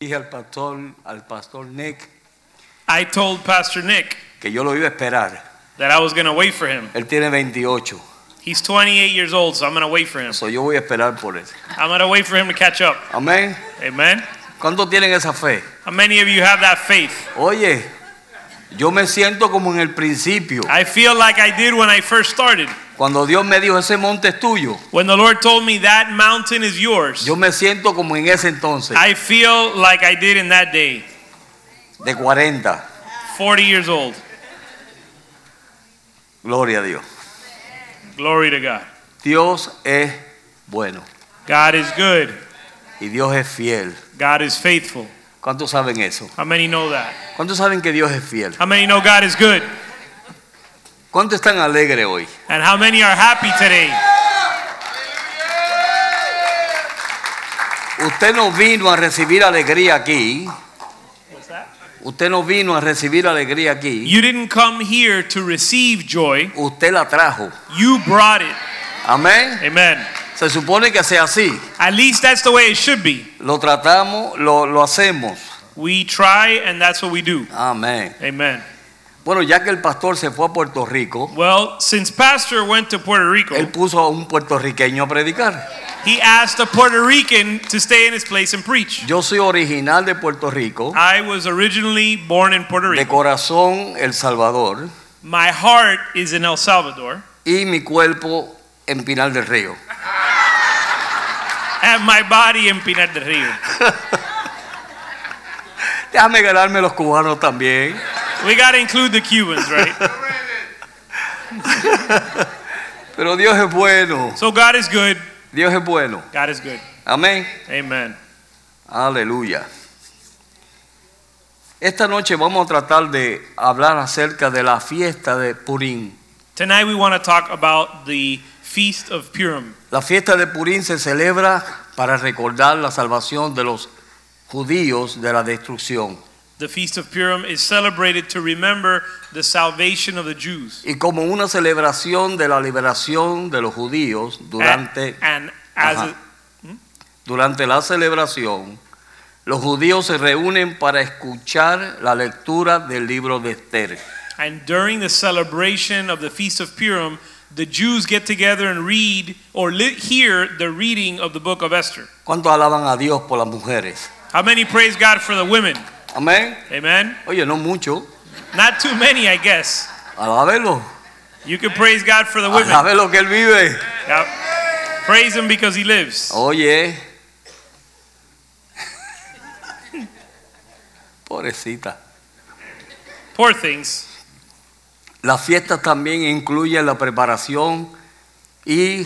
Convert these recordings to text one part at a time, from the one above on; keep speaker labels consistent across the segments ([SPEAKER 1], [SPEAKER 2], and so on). [SPEAKER 1] Dije al pastor, al pastor Nick
[SPEAKER 2] I told Pastor Nick
[SPEAKER 1] que yo lo iba a esperar.
[SPEAKER 2] that I was going to wait for him.
[SPEAKER 1] Él tiene 28,
[SPEAKER 2] He's 28 years old, so I'm going to wait for him.
[SPEAKER 1] so yo voy a esperar por él.
[SPEAKER 2] I'm going to wait for him to catch up.
[SPEAKER 1] Amén.
[SPEAKER 2] Amen.
[SPEAKER 1] ¿Cuántos tienen esa fe?
[SPEAKER 2] How many of you have that faith?
[SPEAKER 1] Oye, yo me siento como en el principio,
[SPEAKER 2] I feel like I did when I first started.
[SPEAKER 1] cuando Dios me dijo, ese monte es tuyo.
[SPEAKER 2] When the Lord told me that mountain is yours,
[SPEAKER 1] Yo me siento como en ese entonces,
[SPEAKER 2] I feel like I did in that day,
[SPEAKER 1] de 40.
[SPEAKER 2] 40 years old.
[SPEAKER 1] Gloria a Dios.
[SPEAKER 2] Glory to God.
[SPEAKER 1] Dios es bueno
[SPEAKER 2] God is good.
[SPEAKER 1] y Dios es fiel.
[SPEAKER 2] God is faithful.
[SPEAKER 1] ¿Cuántos saben eso?
[SPEAKER 2] How many know that?
[SPEAKER 1] ¿Cuántos saben que Dios es fiel?
[SPEAKER 2] How many know God is good?
[SPEAKER 1] ¿Cuántos están alegres hoy?
[SPEAKER 2] And how many are happy today?
[SPEAKER 1] Usted no vino a recibir alegría aquí.
[SPEAKER 2] What's that?
[SPEAKER 1] Usted no vino a recibir alegría aquí.
[SPEAKER 2] You didn't come here to receive joy,
[SPEAKER 1] Usted la trajo.
[SPEAKER 2] you brought it.
[SPEAKER 1] Amén.
[SPEAKER 2] Amen.
[SPEAKER 1] Se supone que sea así.
[SPEAKER 2] At least that's the way it should be.
[SPEAKER 1] Lo tratamos, lo, lo hacemos.
[SPEAKER 2] We try and that's what we do.
[SPEAKER 1] Amén.
[SPEAKER 2] Amen.
[SPEAKER 1] Bueno, ya que el pastor se fue a Puerto Rico,
[SPEAKER 2] Well, since Pastor went to Puerto Rico,
[SPEAKER 1] él puso a un puertorriqueño a predicar.
[SPEAKER 2] he asked a Puerto Rican to stay in his place and preach.
[SPEAKER 1] Yo soy original de Puerto Rico,
[SPEAKER 2] I was originally born in Puerto
[SPEAKER 1] de
[SPEAKER 2] Rico.
[SPEAKER 1] corazón El Salvador
[SPEAKER 2] My heart is in El Salvador
[SPEAKER 1] y mi cuerpo en Pinal del Río.
[SPEAKER 2] and my body in Pinar del Rio.
[SPEAKER 1] Déjame ganarme los cubanos también.
[SPEAKER 2] We got to include the Cubans, right?
[SPEAKER 1] Pero Dios es bueno.
[SPEAKER 2] So God is good.
[SPEAKER 1] Dios es bueno.
[SPEAKER 2] God is good.
[SPEAKER 1] Amén.
[SPEAKER 2] Amen.
[SPEAKER 1] Aleluya. Esta noche vamos a tratar de hablar acerca de la fiesta de Purim.
[SPEAKER 2] Tonight we want to talk about the Feast of Purim.
[SPEAKER 1] La fiesta de Purim se celebra para recordar la salvación de los judíos de la destrucción.
[SPEAKER 2] The Feast of Purim is celebrated to remember the salvation of the Jews.
[SPEAKER 1] Y como una celebración de la liberación de los judíos durante,
[SPEAKER 2] and, and as
[SPEAKER 1] Ajá.
[SPEAKER 2] a,
[SPEAKER 1] durante la celebración, los judíos se reúnen para escuchar la lectura del libro de Esther.
[SPEAKER 2] and during the celebration of the Feast of Purim, the Jews get together and read or li- hear the reading of the book of Esther.
[SPEAKER 1] ¿Cuántos alaban a Dios por las mujeres?
[SPEAKER 2] How many praise God for the women?
[SPEAKER 1] Amén.
[SPEAKER 2] Amen.
[SPEAKER 1] Oye, no mucho.
[SPEAKER 2] Not too many, I guess.
[SPEAKER 1] Alábelo.
[SPEAKER 2] You can praise God for the women.
[SPEAKER 1] Alábelo que él vive.
[SPEAKER 2] Yeah. Praise Him because He lives.
[SPEAKER 1] Oye. Pobrecita.
[SPEAKER 2] Poor things.
[SPEAKER 1] Las fiestas también incluyen la preparación y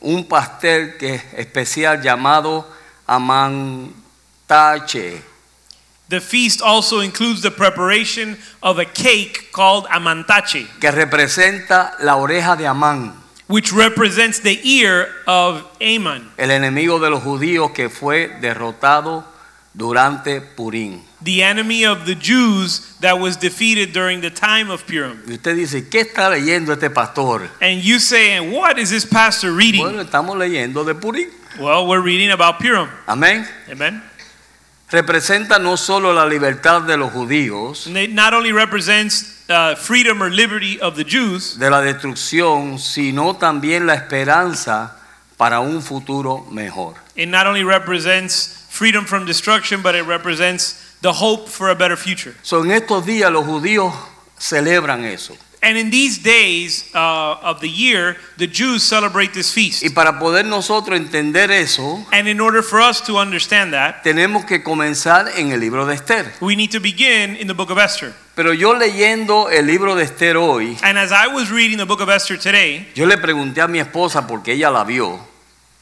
[SPEAKER 1] un pastel que es especial llamado amantache.
[SPEAKER 2] The feast also includes the preparation of a cake called amantache.
[SPEAKER 1] que representa la oreja de Amán,
[SPEAKER 2] which represents the ear of Amon,
[SPEAKER 1] el enemigo de los judíos que fue derrotado durante Purim.
[SPEAKER 2] the enemy of the Jews that was defeated during the time of Purim.
[SPEAKER 1] Y usted dice, ¿qué está leyendo este pastor?
[SPEAKER 2] And you saying, what is this pastor reading?
[SPEAKER 1] Bueno, estamos leyendo de Purim.
[SPEAKER 2] Well, we're reading about Purim.
[SPEAKER 1] Amén.
[SPEAKER 2] Amen.
[SPEAKER 1] Representa no solo la libertad de los judíos
[SPEAKER 2] And it not only represents uh, freedom or liberty of the Jews
[SPEAKER 1] de la destrucción, sino también la esperanza para un futuro mejor.
[SPEAKER 2] it not only represents freedom from destruction, but it represents the hope for a better future.
[SPEAKER 1] So, en estos días los judíos celebran eso.
[SPEAKER 2] And in these days uh, of the year, the Jews celebrate this
[SPEAKER 1] Y
[SPEAKER 2] feast.
[SPEAKER 1] para poder nosotros entender eso,
[SPEAKER 2] And in order for us to understand that,
[SPEAKER 1] tenemos que comenzar en el libro de Esther.
[SPEAKER 2] We need to begin in the book of Esther.
[SPEAKER 1] Pero yo leyendo el libro de Esther hoy,
[SPEAKER 2] And as I was reading the book of Esther today,
[SPEAKER 1] yo le pregunté a mi esposa porque ella la vio.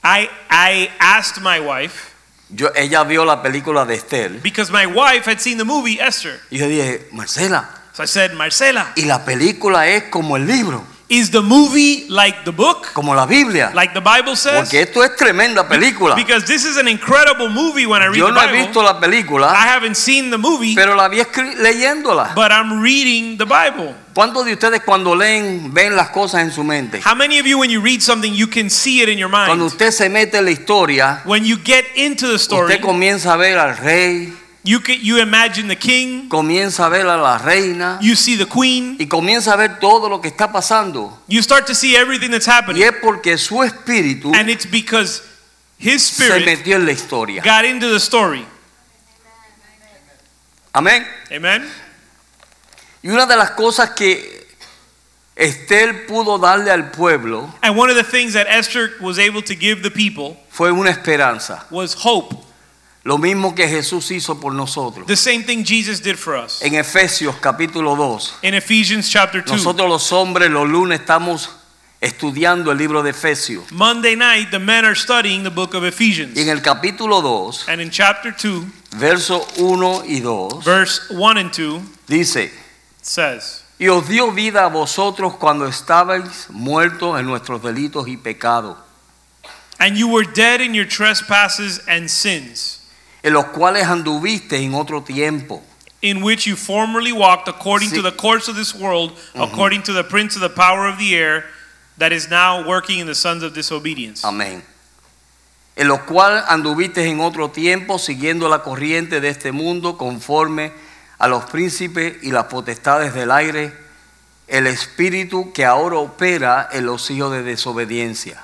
[SPEAKER 2] I, I asked my wife,
[SPEAKER 1] Yo, ella vio la película de Esther
[SPEAKER 2] because my wife had seen the movie Esther.
[SPEAKER 1] y yo dije, Marcela,
[SPEAKER 2] So I said, Marcela,
[SPEAKER 1] y la película es como el libro,
[SPEAKER 2] is the movie like the book?
[SPEAKER 1] como la Biblia,
[SPEAKER 2] Like the Bible says?
[SPEAKER 1] porque esto es tremenda película.
[SPEAKER 2] Because this is an incredible movie when I read
[SPEAKER 1] Yo
[SPEAKER 2] the
[SPEAKER 1] no he
[SPEAKER 2] Bible.
[SPEAKER 1] visto la
[SPEAKER 2] I
[SPEAKER 1] película,
[SPEAKER 2] haven't seen the movie,
[SPEAKER 1] pero la vi escri- leyéndola.
[SPEAKER 2] but I'm reading the Bible.
[SPEAKER 1] ¿Cuántos de ustedes cuando leen ven las cosas en su mente?
[SPEAKER 2] How many of you, when you read something, you can see it in your
[SPEAKER 1] Cuando
[SPEAKER 2] mind?
[SPEAKER 1] usted se mete en la historia,
[SPEAKER 2] When you get into the story,
[SPEAKER 1] usted comienza a ver al rey,
[SPEAKER 2] you can, you imagine the king,
[SPEAKER 1] comienza a ver a la reina
[SPEAKER 2] you see the queen,
[SPEAKER 1] y comienza a ver todo lo que está pasando.
[SPEAKER 2] you start to see everything that's
[SPEAKER 1] Y
[SPEAKER 2] happening,
[SPEAKER 1] es porque su espíritu
[SPEAKER 2] and it's because his
[SPEAKER 1] se
[SPEAKER 2] spirit
[SPEAKER 1] metió en la historia.
[SPEAKER 2] got into the story.
[SPEAKER 1] Amén.
[SPEAKER 2] Amen.
[SPEAKER 1] Y una de las cosas que Estel pudo darle al pueblo
[SPEAKER 2] And one of the things that Esther was able to give the people
[SPEAKER 1] fue una esperanza.
[SPEAKER 2] was hope.
[SPEAKER 1] Lo mismo que Jesús hizo por nosotros.
[SPEAKER 2] The same thing Jesus did for us.
[SPEAKER 1] En Efesios capítulo 2,
[SPEAKER 2] In Ephesians chapter 2,
[SPEAKER 1] nosotros los hombres los lunes estamos estudiando el libro de Efesios.
[SPEAKER 2] Monday night, the men are studying the book of Ephesians.
[SPEAKER 1] Y en el capítulo 2,
[SPEAKER 2] And in chapter 2,
[SPEAKER 1] versos 1 y 2,
[SPEAKER 2] verse 1 and 2, it
[SPEAKER 1] dice,
[SPEAKER 2] says,
[SPEAKER 1] y os dio vida a vosotros cuando estabais muertos en nuestros delitos y pecados,
[SPEAKER 2] And you were dead in your trespasses and sins,
[SPEAKER 1] en los cuales anduviste en otro tiempo,
[SPEAKER 2] in which you formerly walked according
[SPEAKER 1] Sí.
[SPEAKER 2] to the course of this world, according to the prince of the power of the air, that is now working in the sons of disobedience.
[SPEAKER 1] Amén. En los cuales anduviste en otro tiempo siguiendo la corriente de este mundo conforme a los príncipes y las potestades del aire, el espíritu que ahora opera en los hijos de desobediencia.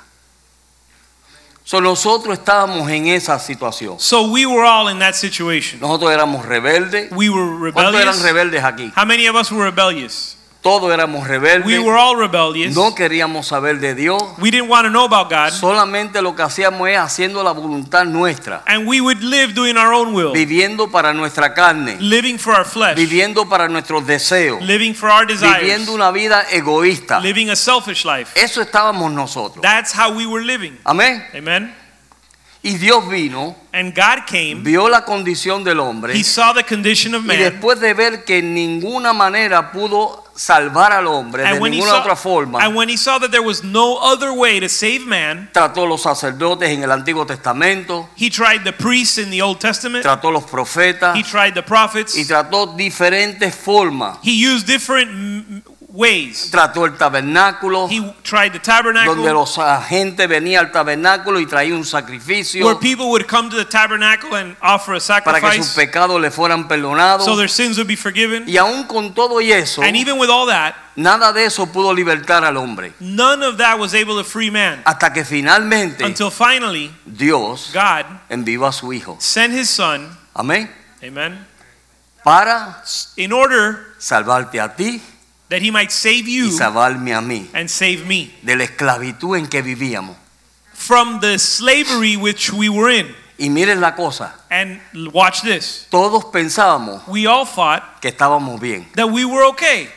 [SPEAKER 1] So, nosotros estábamos en esa situación.
[SPEAKER 2] So we were all in that situation.
[SPEAKER 1] Nosotros éramos rebeldes.
[SPEAKER 2] We were
[SPEAKER 1] ¿Cuántos eran
[SPEAKER 2] rebellious.
[SPEAKER 1] rebeldes aquí?
[SPEAKER 2] How many of us were rebellious?
[SPEAKER 1] Todos éramos rebeldes.
[SPEAKER 2] We were all rebellious.
[SPEAKER 1] No queríamos saber de Dios.
[SPEAKER 2] We didn't want to know about God.
[SPEAKER 1] Solamente lo que hacíamos es haciendo la voluntad nuestra.
[SPEAKER 2] And we would live doing our own will,
[SPEAKER 1] viviendo para nuestra carne,
[SPEAKER 2] living for our flesh,
[SPEAKER 1] viviendo para nuestros deseos,
[SPEAKER 2] living for our desires,
[SPEAKER 1] viviendo una vida egoísta.
[SPEAKER 2] living a selfish life.
[SPEAKER 1] Eso estábamos nosotros.
[SPEAKER 2] That's how we were living.
[SPEAKER 1] Amén.
[SPEAKER 2] Amen.
[SPEAKER 1] Y Dios vino,
[SPEAKER 2] And God came,
[SPEAKER 1] vio la condición del hombre
[SPEAKER 2] He saw the condition of
[SPEAKER 1] y
[SPEAKER 2] man.
[SPEAKER 1] después de ver que en ninguna manera pudo salvar al hombre de
[SPEAKER 2] And when, he
[SPEAKER 1] ninguna otra
[SPEAKER 2] saw, and
[SPEAKER 1] forma,
[SPEAKER 2] when he saw that there was no other way to save man,
[SPEAKER 1] trató a los sacerdotes en el Antiguo Testamento,
[SPEAKER 2] he tried the priests in the Old Testament,
[SPEAKER 1] trató a los profetas
[SPEAKER 2] he tried the
[SPEAKER 1] y
[SPEAKER 2] prophets,
[SPEAKER 1] trató diferentes formas.
[SPEAKER 2] he used different m- ways.
[SPEAKER 1] Trató el tabernáculo,
[SPEAKER 2] He tried the
[SPEAKER 1] donde
[SPEAKER 2] tabernacle,
[SPEAKER 1] los agentes venían al tabernáculo y traían un sacrificio.
[SPEAKER 2] where people would come to the tabernacle and offer a
[SPEAKER 1] para que sus
[SPEAKER 2] sacrifice
[SPEAKER 1] pecados le fueran
[SPEAKER 2] so
[SPEAKER 1] perdonados.
[SPEAKER 2] their sins would be forgiven.
[SPEAKER 1] Y aún con todo y eso,
[SPEAKER 2] And even with all that,
[SPEAKER 1] nada de eso pudo libertar al hombre.
[SPEAKER 2] none of that was able to free man
[SPEAKER 1] Hasta que finalmente
[SPEAKER 2] until finally
[SPEAKER 1] Dios
[SPEAKER 2] God
[SPEAKER 1] envió a su Hijo.
[SPEAKER 2] sent his son,
[SPEAKER 1] Amén.
[SPEAKER 2] amen,
[SPEAKER 1] Para
[SPEAKER 2] in order
[SPEAKER 1] salvarte a ti
[SPEAKER 2] that he might save
[SPEAKER 1] y
[SPEAKER 2] you
[SPEAKER 1] salvarme a mí
[SPEAKER 2] and save me
[SPEAKER 1] de la esclavitud en que vivíamos.
[SPEAKER 2] from the slavery which we were in.
[SPEAKER 1] Y miren la cosa,
[SPEAKER 2] And l- watch this.
[SPEAKER 1] todos pensábamos
[SPEAKER 2] We all thought
[SPEAKER 1] que estábamos bien.
[SPEAKER 2] that we were okay.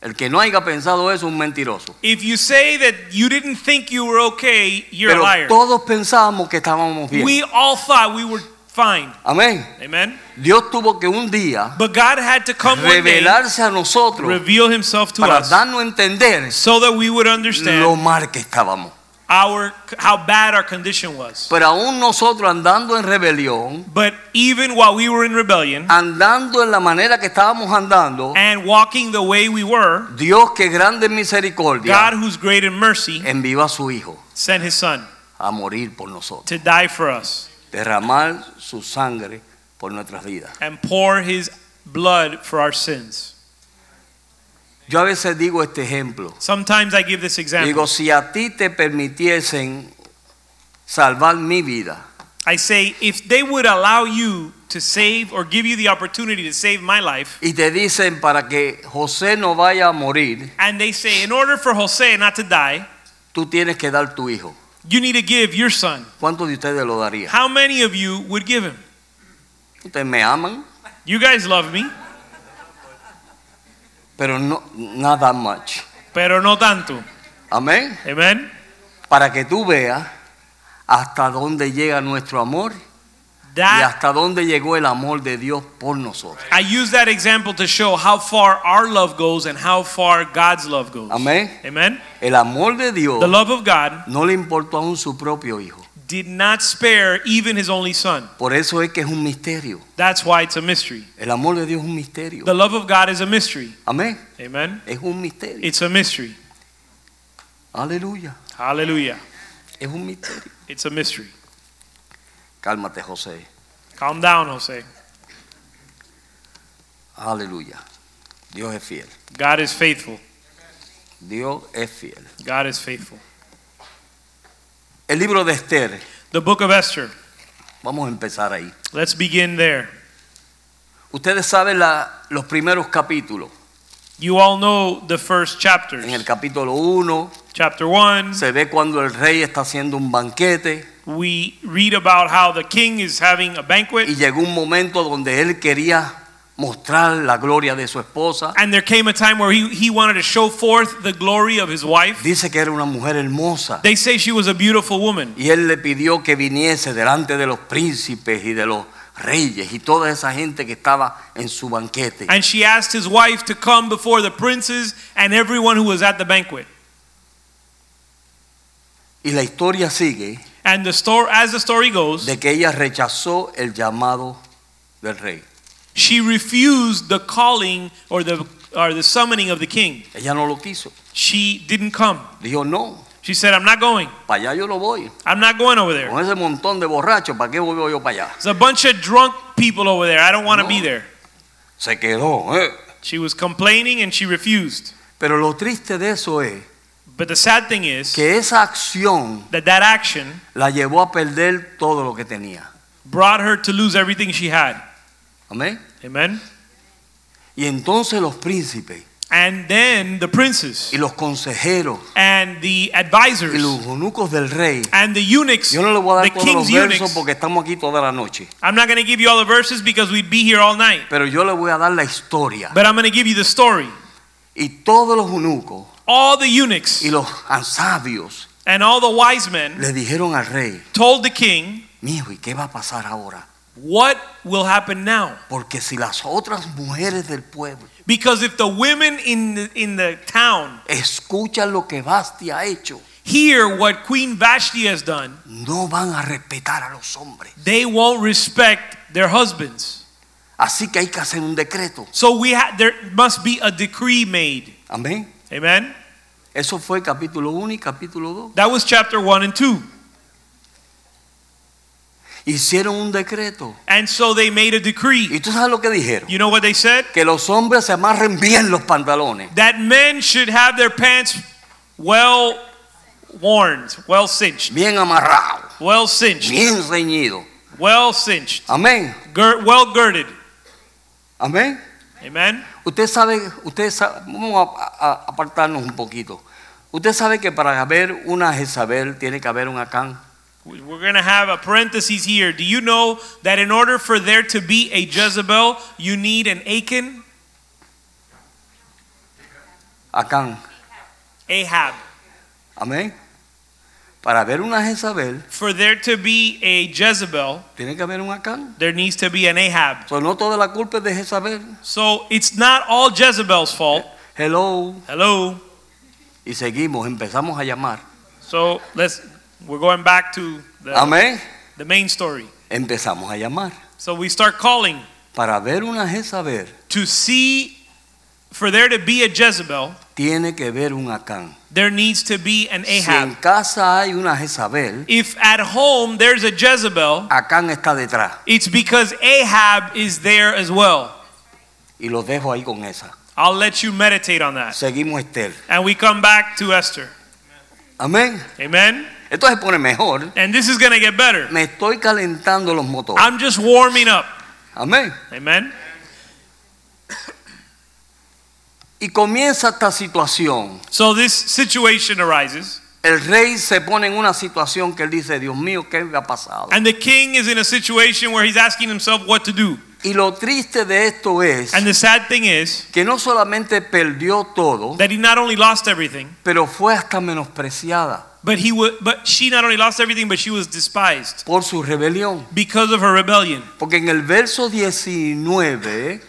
[SPEAKER 1] El que no haya pensado eso es un mentiroso.
[SPEAKER 2] If you say that you didn't think you were okay, you're a
[SPEAKER 1] Pero
[SPEAKER 2] liar.
[SPEAKER 1] todos pensábamos que estábamos bien.
[SPEAKER 2] We all thought we were fine.
[SPEAKER 1] Amén.
[SPEAKER 2] Amen.
[SPEAKER 1] Dios tuvo que un día
[SPEAKER 2] But God had to come one day,
[SPEAKER 1] revelarse a nosotros
[SPEAKER 2] reveal himself to
[SPEAKER 1] para
[SPEAKER 2] us
[SPEAKER 1] darnos a entender
[SPEAKER 2] so that we would understand
[SPEAKER 1] lo mal que estábamos.
[SPEAKER 2] our how bad our condition was.
[SPEAKER 1] Pero aún nosotros andando en rebelión,
[SPEAKER 2] But even while we were in rebellion
[SPEAKER 1] andando en la manera que estábamos andando,
[SPEAKER 2] and walking the way we were,
[SPEAKER 1] Dios que grande en misericordia
[SPEAKER 2] God, who's great in mercy,
[SPEAKER 1] envió a su Hijo
[SPEAKER 2] sent His Son
[SPEAKER 1] a morir por nosotros,
[SPEAKER 2] to die for us
[SPEAKER 1] derramar su sangre por nuestras vidas.
[SPEAKER 2] and pour His blood for our sins.
[SPEAKER 1] Yo a veces digo este ejemplo.
[SPEAKER 2] Sometimes I give this
[SPEAKER 1] Digo,
[SPEAKER 2] example.
[SPEAKER 1] si a ti te permitiesen salvar mi vida,
[SPEAKER 2] I say, if they would allow you to save or give you the opportunity to save my life,
[SPEAKER 1] y te dicen para que José no vaya a morir,
[SPEAKER 2] and they say, in order for Jose not to die,
[SPEAKER 1] tú tienes que dar tu hijo.
[SPEAKER 2] you need to give your son.
[SPEAKER 1] ¿Cuántos de ustedes lo darían?
[SPEAKER 2] How many of you would give him?
[SPEAKER 1] Ustedes me aman.
[SPEAKER 2] You guys love me,
[SPEAKER 1] pero no nada much.
[SPEAKER 2] pero no tanto.
[SPEAKER 1] Amén.
[SPEAKER 2] Amen.
[SPEAKER 1] Para que tú veas hasta dónde llega nuestro amor y
[SPEAKER 2] That
[SPEAKER 1] hasta dónde llegó el amor de Dios por nosotros.
[SPEAKER 2] I use that example to show how far our love goes and how far God's love goes.
[SPEAKER 1] Amén.
[SPEAKER 2] Amen.
[SPEAKER 1] El amor de Dios
[SPEAKER 2] The love of God
[SPEAKER 1] no le importó aún su propio hijo.
[SPEAKER 2] did not spare even his only son.
[SPEAKER 1] Por eso es que es un misterio.
[SPEAKER 2] That's why it's a mystery.
[SPEAKER 1] El amor de Dios es un misterio.
[SPEAKER 2] The love of God is a mystery.
[SPEAKER 1] Amén.
[SPEAKER 2] Amen.
[SPEAKER 1] Es un misterio.
[SPEAKER 2] It's a mystery.
[SPEAKER 1] Aleluya.
[SPEAKER 2] Hallelujah.
[SPEAKER 1] Es un misterio.
[SPEAKER 2] It's a mystery.
[SPEAKER 1] Cálmate, José.
[SPEAKER 2] Calm down, Jose.
[SPEAKER 1] Aleluya. Dios es fiel.
[SPEAKER 2] God is faithful.
[SPEAKER 1] Dios es fiel.
[SPEAKER 2] God is faithful.
[SPEAKER 1] El libro de Esther.
[SPEAKER 2] The book of Esther.
[SPEAKER 1] Vamos a empezar ahí.
[SPEAKER 2] Let's begin there.
[SPEAKER 1] Ustedes saben la- los primeros capítulos.
[SPEAKER 2] You all know the first chapters.
[SPEAKER 1] En el capítulo 1
[SPEAKER 2] Chapter 1,
[SPEAKER 1] se ve cuando el rey está haciendo un banquete
[SPEAKER 2] we read about how the king is having a banquet.
[SPEAKER 1] y llegó un momento donde él quería mostrar la gloria de su esposa.
[SPEAKER 2] And there came a time where he, he wanted to show forth the glory of his wife.
[SPEAKER 1] Dice que era una mujer hermosa
[SPEAKER 2] They say she was a beautiful woman.
[SPEAKER 1] y él le pidió que viniese delante de los príncipes y de los reyes y toda esa gente que estaba en su banquete.
[SPEAKER 2] And she asked his wife to come before the princes and everyone who was at the banquet.
[SPEAKER 1] Y la historia sigue
[SPEAKER 2] And the story, as the story goes,
[SPEAKER 1] de que ella rechazó el llamado del rey.
[SPEAKER 2] she refused the calling or the, or the summoning of the king.
[SPEAKER 1] Ella no lo quiso.
[SPEAKER 2] She didn't come.
[SPEAKER 1] Dijo, no,
[SPEAKER 2] She said, I'm not going.
[SPEAKER 1] para allá yo no voy.
[SPEAKER 2] I'm not going over there.
[SPEAKER 1] Con ese montón de borrachos, ¿para qué voy yo para allá?
[SPEAKER 2] There's a bunch of drunk people over there. I don't want to be there.
[SPEAKER 1] Se quedó. ¿eh?
[SPEAKER 2] She was complaining and she refused.
[SPEAKER 1] Pero lo triste de eso es
[SPEAKER 2] But the sad thing is
[SPEAKER 1] que esa acción
[SPEAKER 2] that that action
[SPEAKER 1] la llevó a perder todo lo que tenía.
[SPEAKER 2] brought her to lose everything she had.
[SPEAKER 1] Amén.
[SPEAKER 2] Amen.
[SPEAKER 1] Y entonces los príncipes
[SPEAKER 2] And then the princes
[SPEAKER 1] y los consejeros
[SPEAKER 2] and the
[SPEAKER 1] y
[SPEAKER 2] advisors
[SPEAKER 1] los eunucos del rey.
[SPEAKER 2] and the eunuchs,
[SPEAKER 1] Yo no le voy a
[SPEAKER 2] the
[SPEAKER 1] dar todos los
[SPEAKER 2] king's
[SPEAKER 1] versos
[SPEAKER 2] eunuchs.
[SPEAKER 1] porque estamos aquí toda la noche.
[SPEAKER 2] I'm not going to give you all the verses because we'd be here all night.
[SPEAKER 1] Pero yo le voy a dar la historia.
[SPEAKER 2] But I'm going to give you the story.
[SPEAKER 1] Y todos los eunucos
[SPEAKER 2] All the eunuchs
[SPEAKER 1] y los sabios
[SPEAKER 2] and all the wise men
[SPEAKER 1] le dijeron al rey,
[SPEAKER 2] told the king,
[SPEAKER 1] mijo, ¿y qué va a pasar ahora?
[SPEAKER 2] What will happen now?
[SPEAKER 1] Porque si las otras mujeres del pueblo
[SPEAKER 2] Because if the women in the, in the town
[SPEAKER 1] escuchan lo que Basti ha hecho,
[SPEAKER 2] hear what Queen Vashti has done,
[SPEAKER 1] no van a respetar a los hombres.
[SPEAKER 2] they won't respect their husbands.
[SPEAKER 1] Así que hay que hacer un decreto.
[SPEAKER 2] So we ha- there must be a decree made.
[SPEAKER 1] Amén.
[SPEAKER 2] Amen.
[SPEAKER 1] Eso fue capítulo 1 y capítulo 2.
[SPEAKER 2] That was chapter 1 and 2.
[SPEAKER 1] Hicieron un decreto.
[SPEAKER 2] And so they made a decree.
[SPEAKER 1] ¿Y tú sabes lo que dijeron?
[SPEAKER 2] You know what they said?
[SPEAKER 1] Que los hombres se amarren bien los pantalones.
[SPEAKER 2] That men should have their pants well worn, well cinched,
[SPEAKER 1] Bien amarrados.
[SPEAKER 2] well cinched,
[SPEAKER 1] Bien ceñidos.
[SPEAKER 2] well cinched,
[SPEAKER 1] Amén.
[SPEAKER 2] gir- well girded.
[SPEAKER 1] Amén.
[SPEAKER 2] Amen.
[SPEAKER 1] Usted sabe, usted sa- vamos a, a- a apartarnos un poquito. Usted sabe que para haber una Jezabel tiene que haber un Acán.
[SPEAKER 2] We- We're going to have a parenthesis here. Do you know that in order for there to be a Jezebel, you need an Achan?
[SPEAKER 1] Acán.
[SPEAKER 2] Ahab.
[SPEAKER 1] Amén. Para haber una Jezabel
[SPEAKER 2] For there to be a Jezebel,
[SPEAKER 1] tiene que haber un Acán.
[SPEAKER 2] there needs to be an Ahab.
[SPEAKER 1] So, no toda la culpa es de Jezabel.
[SPEAKER 2] So it's not all Jezebel's fault.
[SPEAKER 1] Hello.
[SPEAKER 2] Hello.
[SPEAKER 1] Y seguimos, empezamos a llamar.
[SPEAKER 2] So let's we're going back to the,
[SPEAKER 1] Amén.
[SPEAKER 2] the main story.
[SPEAKER 1] Empezamos a llamar.
[SPEAKER 2] So we start calling
[SPEAKER 1] Para ver una Jezabel
[SPEAKER 2] to see for there to be a Jezebel,
[SPEAKER 1] tiene que ver un Acán.
[SPEAKER 2] there needs to be an
[SPEAKER 1] Si en
[SPEAKER 2] Ahab.
[SPEAKER 1] casa hay una Jezabel,
[SPEAKER 2] If at home there's a Jezebel,
[SPEAKER 1] Acán está detrás.
[SPEAKER 2] it's because Ahab is there as well.
[SPEAKER 1] Y los dejo ahí con esa.
[SPEAKER 2] I'll let you meditate on that.
[SPEAKER 1] Seguimos Esther.
[SPEAKER 2] And we come back to Esther.
[SPEAKER 1] Amén.
[SPEAKER 2] Amen.
[SPEAKER 1] Esto se pone mejor.
[SPEAKER 2] And this is going to get better.
[SPEAKER 1] Me estoy calentando los motores.
[SPEAKER 2] I'm just warming up.
[SPEAKER 1] Amén.
[SPEAKER 2] Amen.
[SPEAKER 1] Y comienza esta situación.
[SPEAKER 2] So this situation arises,
[SPEAKER 1] El rey se pone en una situación que él dice, Dios mío, ¿qué me ha pasado?
[SPEAKER 2] and the king is in a situation where he's asking himself what to do.
[SPEAKER 1] Y lo triste de esto es
[SPEAKER 2] And the sad thing is
[SPEAKER 1] que no solamente perdió todo,
[SPEAKER 2] that he not only lost everything,
[SPEAKER 1] pero fue hasta menospreciada.
[SPEAKER 2] But he wa but she not only lost everything, but she was despised
[SPEAKER 1] por su rebelión.
[SPEAKER 2] because of her rebellion.
[SPEAKER 1] Porque en el verso 19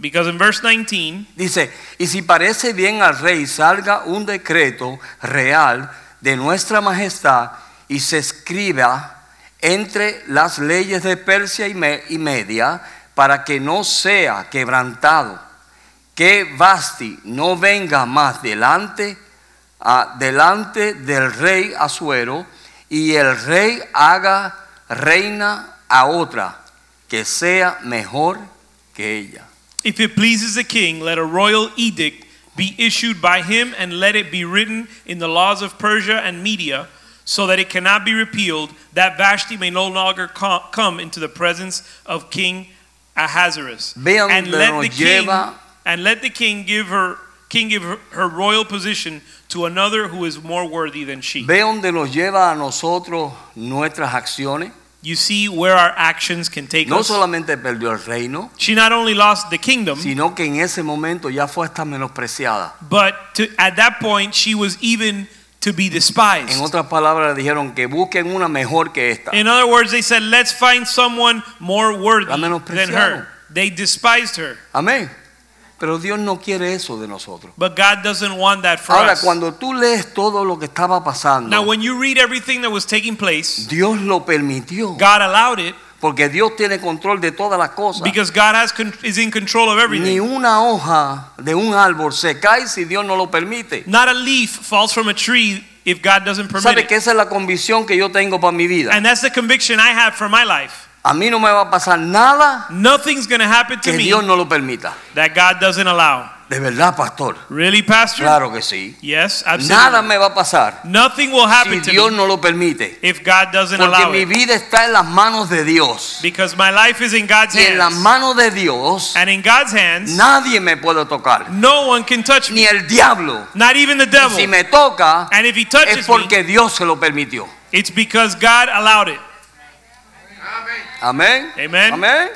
[SPEAKER 2] Because in verse 19,
[SPEAKER 1] dice, y si parece bien al rey salga un decreto real de nuestra majestad y se escriba entre las leyes de Persia y, Me- y Media para que no sea quebrantado, que Basti no venga más delante, ah, delante del rey Azuero y el rey haga reina a otra que sea mejor que ella.
[SPEAKER 2] if it pleases the king, let a royal edict be issued by him and let it be written in the laws of Persia and Media so that it cannot be repealed, that Vashti may no longer co- come into the presence of King Ahasuerus.
[SPEAKER 1] Vean
[SPEAKER 2] and
[SPEAKER 1] donde
[SPEAKER 2] let
[SPEAKER 1] nos
[SPEAKER 2] the king
[SPEAKER 1] lleva.
[SPEAKER 2] and let the king give her king give her, her royal position to another who is more worthy than she.
[SPEAKER 1] Ve donde nos lleva a nosotros nuestras acciones.
[SPEAKER 2] You see where our actions can take
[SPEAKER 1] No
[SPEAKER 2] us.
[SPEAKER 1] solamente perdió el reino,
[SPEAKER 2] She not only lost the kingdom,
[SPEAKER 1] sino que en ese momento ya fue hasta menospreciada.
[SPEAKER 2] but to, at that point she was even to be despised.
[SPEAKER 1] En otras palabras, le dijeron que busquen una mejor que esta.
[SPEAKER 2] In other words, they said, "Let's find someone more worthy
[SPEAKER 1] La
[SPEAKER 2] than
[SPEAKER 1] menospreciaron.
[SPEAKER 2] her." They despised her,
[SPEAKER 1] Amén. Pero Dios no quiere eso de nosotros.
[SPEAKER 2] but God doesn't want that for
[SPEAKER 1] Ahora,
[SPEAKER 2] us.
[SPEAKER 1] cuando tú lees todo lo que estaba
[SPEAKER 2] now,
[SPEAKER 1] pasando,
[SPEAKER 2] when you read everything that was taking place,
[SPEAKER 1] Dios lo permitió.
[SPEAKER 2] God allowed it
[SPEAKER 1] Porque Dios tiene control de todas las cosas.
[SPEAKER 2] because God has con- is in control of
[SPEAKER 1] Ni
[SPEAKER 2] everything.
[SPEAKER 1] una hoja de un árbol se cae si Dios no lo permite.
[SPEAKER 2] Not a leaf falls from a tree if God doesn't permit
[SPEAKER 1] ¿Sabe
[SPEAKER 2] it.
[SPEAKER 1] que esa es la convicción que yo tengo para mi vida?
[SPEAKER 2] And that's the conviction I have for my life.
[SPEAKER 1] A mí no me va a pasar nada
[SPEAKER 2] Nothing's going to happen to
[SPEAKER 1] que
[SPEAKER 2] me
[SPEAKER 1] Dios no lo permita.
[SPEAKER 2] that God doesn't allow.
[SPEAKER 1] De verdad, pastor.
[SPEAKER 2] Really, Pastor?
[SPEAKER 1] Claro que sí.
[SPEAKER 2] Yes, absolutely.
[SPEAKER 1] Nada me va a pasar
[SPEAKER 2] Nothing will
[SPEAKER 1] si
[SPEAKER 2] happen to
[SPEAKER 1] Dios
[SPEAKER 2] me
[SPEAKER 1] no lo permite.
[SPEAKER 2] if God doesn't
[SPEAKER 1] Porque
[SPEAKER 2] allow
[SPEAKER 1] mi
[SPEAKER 2] it.
[SPEAKER 1] vida está en las manos de Dios.
[SPEAKER 2] Because my life is in God's
[SPEAKER 1] Y en las
[SPEAKER 2] hands.
[SPEAKER 1] manos de Dios
[SPEAKER 2] And in God's hands,
[SPEAKER 1] nadie me puede tocar.
[SPEAKER 2] no one can touch
[SPEAKER 1] Ni
[SPEAKER 2] me.
[SPEAKER 1] el diablo.
[SPEAKER 2] Not even the
[SPEAKER 1] Y
[SPEAKER 2] devil.
[SPEAKER 1] Si me toca
[SPEAKER 2] And if he
[SPEAKER 1] es
[SPEAKER 2] touches me,
[SPEAKER 1] porque Dios se lo permitió.
[SPEAKER 2] it's because God allowed it.
[SPEAKER 1] Amén.
[SPEAKER 2] Amen.
[SPEAKER 1] Amén.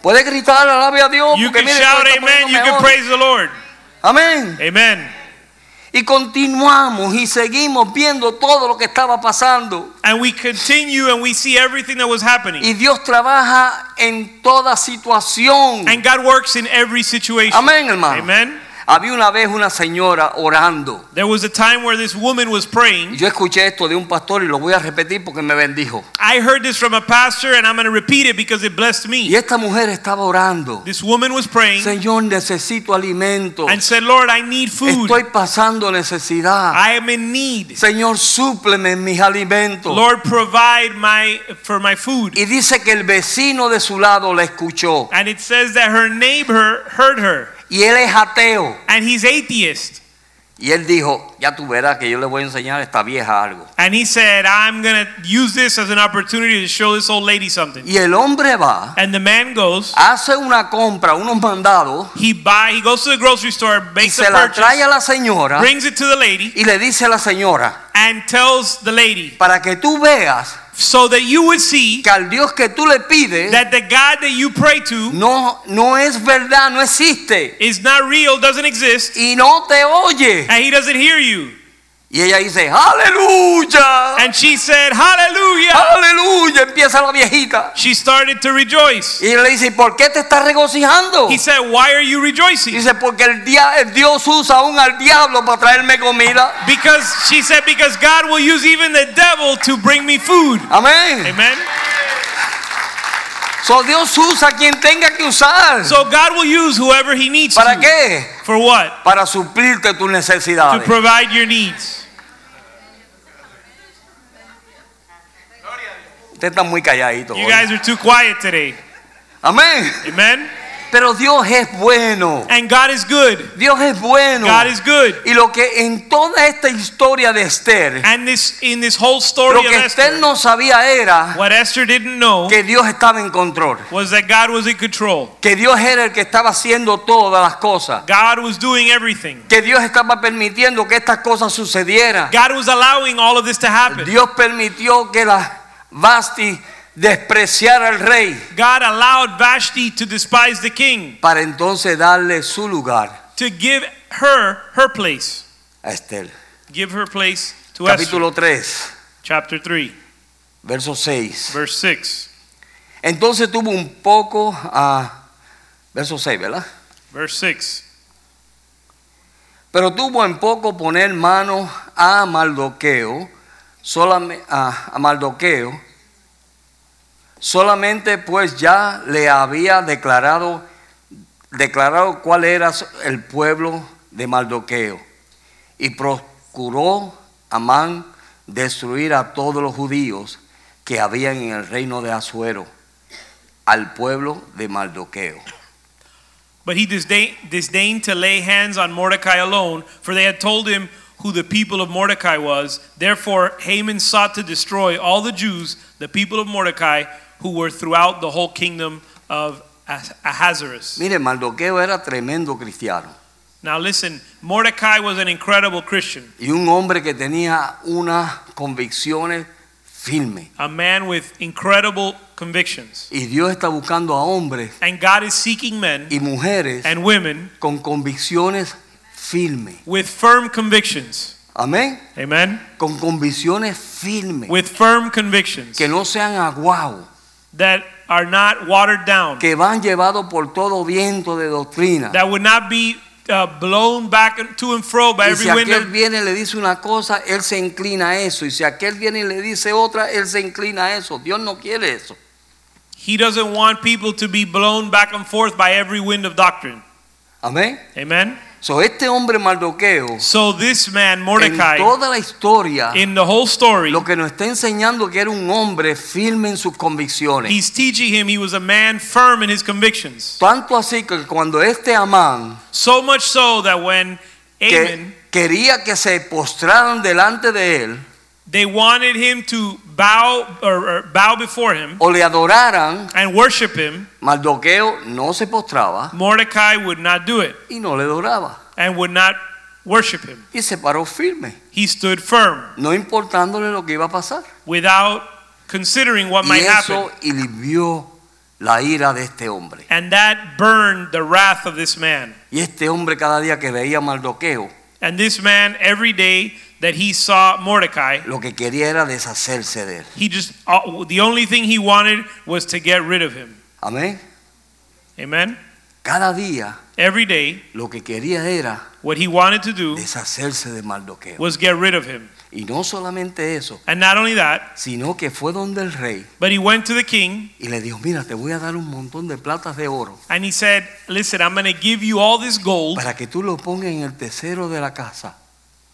[SPEAKER 1] Puede gritar, alabe a Dios.
[SPEAKER 2] You
[SPEAKER 1] porque
[SPEAKER 2] can
[SPEAKER 1] mire, todo
[SPEAKER 2] shout
[SPEAKER 1] está
[SPEAKER 2] amen, you
[SPEAKER 1] poniendo
[SPEAKER 2] can
[SPEAKER 1] mejor.
[SPEAKER 2] praise the Lord.
[SPEAKER 1] Amén.
[SPEAKER 2] Amen.
[SPEAKER 1] Y continuamos y seguimos viendo todo lo que estaba pasando.
[SPEAKER 2] And we continue and we see everything that was happening.
[SPEAKER 1] Y Dios trabaja en toda situación.
[SPEAKER 2] And God works in every situation.
[SPEAKER 1] Amén, hermano.
[SPEAKER 2] Amen.
[SPEAKER 1] Había una vez una señora orando.
[SPEAKER 2] There was a time where this woman was
[SPEAKER 1] Y
[SPEAKER 2] praying.
[SPEAKER 1] Yo escuché esto de un pastor y lo voy a repetir porque me bendijo.
[SPEAKER 2] I heard this from a pastor, and I'm going to repeat it because it blessed
[SPEAKER 1] Y
[SPEAKER 2] me.
[SPEAKER 1] esta mujer estaba orando.
[SPEAKER 2] This woman was praying
[SPEAKER 1] Señor, necesito alimento.
[SPEAKER 2] and said, Lord, I need food. Ah,
[SPEAKER 1] Estoy pasando necesidad.
[SPEAKER 2] I am in need.
[SPEAKER 1] Señor, súpleme mis alimentos.
[SPEAKER 2] Lord, provide my for my food.
[SPEAKER 1] Y dice que el vecino de su lado la escuchó.
[SPEAKER 2] And it says that her neighbor heard her,
[SPEAKER 1] Y él es ateo.
[SPEAKER 2] and he's atheist.
[SPEAKER 1] Y él dijo, ya tú verás que yo le voy a enseñar a esta vieja algo.
[SPEAKER 2] And he said, I'm going to use this as an opportunity to show this old lady something.
[SPEAKER 1] Y el hombre va.
[SPEAKER 2] And the man goes,
[SPEAKER 1] hace una compra, unos mandados,
[SPEAKER 2] he buy, he goes to the grocery store,
[SPEAKER 1] y
[SPEAKER 2] makes a
[SPEAKER 1] se la trae
[SPEAKER 2] purchase,
[SPEAKER 1] a la señora
[SPEAKER 2] brings it to the lady,
[SPEAKER 1] y le dice a la señora,
[SPEAKER 2] and tells the lady,
[SPEAKER 1] para que tú veas
[SPEAKER 2] so that you would see
[SPEAKER 1] que al Dios que tú le pides
[SPEAKER 2] that the God that you pray to
[SPEAKER 1] no, no es verdad, no existe
[SPEAKER 2] is not real, doesn't exist,
[SPEAKER 1] y no te oye.
[SPEAKER 2] and he doesn't hear you.
[SPEAKER 1] Y ella dice, aleluya,
[SPEAKER 2] And she said, Hallelujah.
[SPEAKER 1] aleluya, empieza la viejita.
[SPEAKER 2] She started to rejoice.
[SPEAKER 1] Y le dice, "¿Y ¿por qué te estás regocijando?
[SPEAKER 2] He said, Why are you rejoicing?
[SPEAKER 1] Dice, porque el, dia- el Dios usa aún al diablo para traerme comida.
[SPEAKER 2] Because she said, Because God will use even the devil to bring me food.
[SPEAKER 1] Amén.
[SPEAKER 2] Amen.
[SPEAKER 1] So Dios usa a quien tenga que usar.
[SPEAKER 2] So God will use whoever He needs
[SPEAKER 1] ¿Para
[SPEAKER 2] to.
[SPEAKER 1] qué?
[SPEAKER 2] For what?
[SPEAKER 1] para suplirte tus
[SPEAKER 2] To
[SPEAKER 1] necesidades.
[SPEAKER 2] provide your needs.
[SPEAKER 1] Usted está muy calladito.
[SPEAKER 2] You
[SPEAKER 1] hoy.
[SPEAKER 2] guys are too quiet today.
[SPEAKER 1] Amén.
[SPEAKER 2] Amen.
[SPEAKER 1] Pero Dios es bueno.
[SPEAKER 2] And God is good.
[SPEAKER 1] Dios es bueno.
[SPEAKER 2] God is good.
[SPEAKER 1] Y lo que en toda esta historia de Esther,
[SPEAKER 2] And this in this whole
[SPEAKER 1] lo
[SPEAKER 2] story of
[SPEAKER 1] que Esther
[SPEAKER 2] Esther,
[SPEAKER 1] no sabía era
[SPEAKER 2] what Esther didn't know
[SPEAKER 1] que Dios estaba en control.
[SPEAKER 2] was that God was in control.
[SPEAKER 1] Que Dios era el que estaba haciendo todas las cosas.
[SPEAKER 2] God was doing everything.
[SPEAKER 1] Que Dios estaba permitiendo que estas cosas sucedieran.
[SPEAKER 2] God was allowing all of this to happen.
[SPEAKER 1] Dios permitió que la Basti despreciara al rey
[SPEAKER 2] God allowed Vashti to despise the king
[SPEAKER 1] para entonces darle su lugar
[SPEAKER 2] to give her her place.
[SPEAKER 1] a Esther.
[SPEAKER 2] Give her place to Esther,
[SPEAKER 1] capítulo 3,
[SPEAKER 2] chapter 3,
[SPEAKER 1] verso 6.
[SPEAKER 2] verse 6.
[SPEAKER 1] Entonces tuvo un poco a... Verso 6, ¿verdad?
[SPEAKER 2] Verse 6.
[SPEAKER 1] Pero tuvo en poco poner mano a Mardoqueo, solame- a, a Mardoqueo, solamente pues ya le había declarado, declarado cuál era su- el pueblo de Mardoqueo. Y procuró Amán destruir a todos los judíos que habían en el reino de Azuero, al pueblo de Mardoqueo.
[SPEAKER 2] But he disdain, disdained to lay hands on Mordecai alone, for they had told him who the people of Mordecai was. Therefore, Haman sought to destroy all the Jews, the people of Mordecai, who were throughout the whole kingdom of Ah- Ahasuerus.
[SPEAKER 1] Mire, Mardoqueo era tremendo cristiano.
[SPEAKER 2] Now, listen, Mordecai was an incredible Christian,
[SPEAKER 1] y un hombre que tenía unas convicciones firmes.
[SPEAKER 2] a man with incredible convictions.
[SPEAKER 1] Y Dios está buscando a hombres
[SPEAKER 2] And God is seeking men
[SPEAKER 1] y mujeres
[SPEAKER 2] and women
[SPEAKER 1] con convicciones firmes.
[SPEAKER 2] with firm convictions.
[SPEAKER 1] Amén.
[SPEAKER 2] Amen?
[SPEAKER 1] Con convicciones firmes.
[SPEAKER 2] With firm convictions
[SPEAKER 1] Que no sean aguau,
[SPEAKER 2] that are not watered down.
[SPEAKER 1] que van llevados por todo viento de doctrina.
[SPEAKER 2] that would not be uh, blown back and- to and fro by
[SPEAKER 1] Y si
[SPEAKER 2] every wind
[SPEAKER 1] aquel
[SPEAKER 2] of,
[SPEAKER 1] viene y le dice una cosa, él se inclina a eso. Y si aquel viene y le dice otra, él se inclina a eso. Dios no quiere eso.
[SPEAKER 2] he doesn't want people to be blown back and forth by every wind of doctrine
[SPEAKER 1] Amén.
[SPEAKER 2] amen
[SPEAKER 1] So, este hombre Mardoqueo,
[SPEAKER 2] so this man
[SPEAKER 1] en
[SPEAKER 2] mordecai
[SPEAKER 1] toda la historia,
[SPEAKER 2] in the whole story
[SPEAKER 1] Lo que nos está enseñando que era un hombre firme en sus convicciones.
[SPEAKER 2] he's teaching him he was a man firm in his convictions
[SPEAKER 1] Tanto así que cuando este Amán,
[SPEAKER 2] so much so that when amen
[SPEAKER 1] que quería que se postraran delante de él
[SPEAKER 2] they wanted him to bow or, or bow before him
[SPEAKER 1] o le adoraran,
[SPEAKER 2] and worship him
[SPEAKER 1] Mardoqueo no se postraba
[SPEAKER 2] mordecai would not do it
[SPEAKER 1] y no le adoraba.
[SPEAKER 2] and would not worship him
[SPEAKER 1] Y se paró firme,
[SPEAKER 2] he stood firm
[SPEAKER 1] no importándole lo que iba a pasar.
[SPEAKER 2] without considering what
[SPEAKER 1] Y
[SPEAKER 2] might happen
[SPEAKER 1] eso alivió la ira de este hombre.
[SPEAKER 2] And that burned the wrath of this man.
[SPEAKER 1] Y este hombre cada día que veía a Mardoqueo,
[SPEAKER 2] And this man, every day that he saw Mordecai,
[SPEAKER 1] lo que quería era deshacerse de él.
[SPEAKER 2] he just, uh, the only thing he wanted was to get rid of him.
[SPEAKER 1] Amén.
[SPEAKER 2] Amen?
[SPEAKER 1] Cada día
[SPEAKER 2] Every day,
[SPEAKER 1] lo que quería era
[SPEAKER 2] what he wanted to do
[SPEAKER 1] deshacerse de Mardoqueo.
[SPEAKER 2] was get rid of him.
[SPEAKER 1] Y no solamente eso,
[SPEAKER 2] And not only that,
[SPEAKER 1] sino que fue donde el rey
[SPEAKER 2] but he went to the king
[SPEAKER 1] y le dijo, mira, te voy a dar un montón de platas de oro
[SPEAKER 2] and he said, Listen, I'm going to give you all this gold.
[SPEAKER 1] para que tú lo pongas en el tesoro de la casa,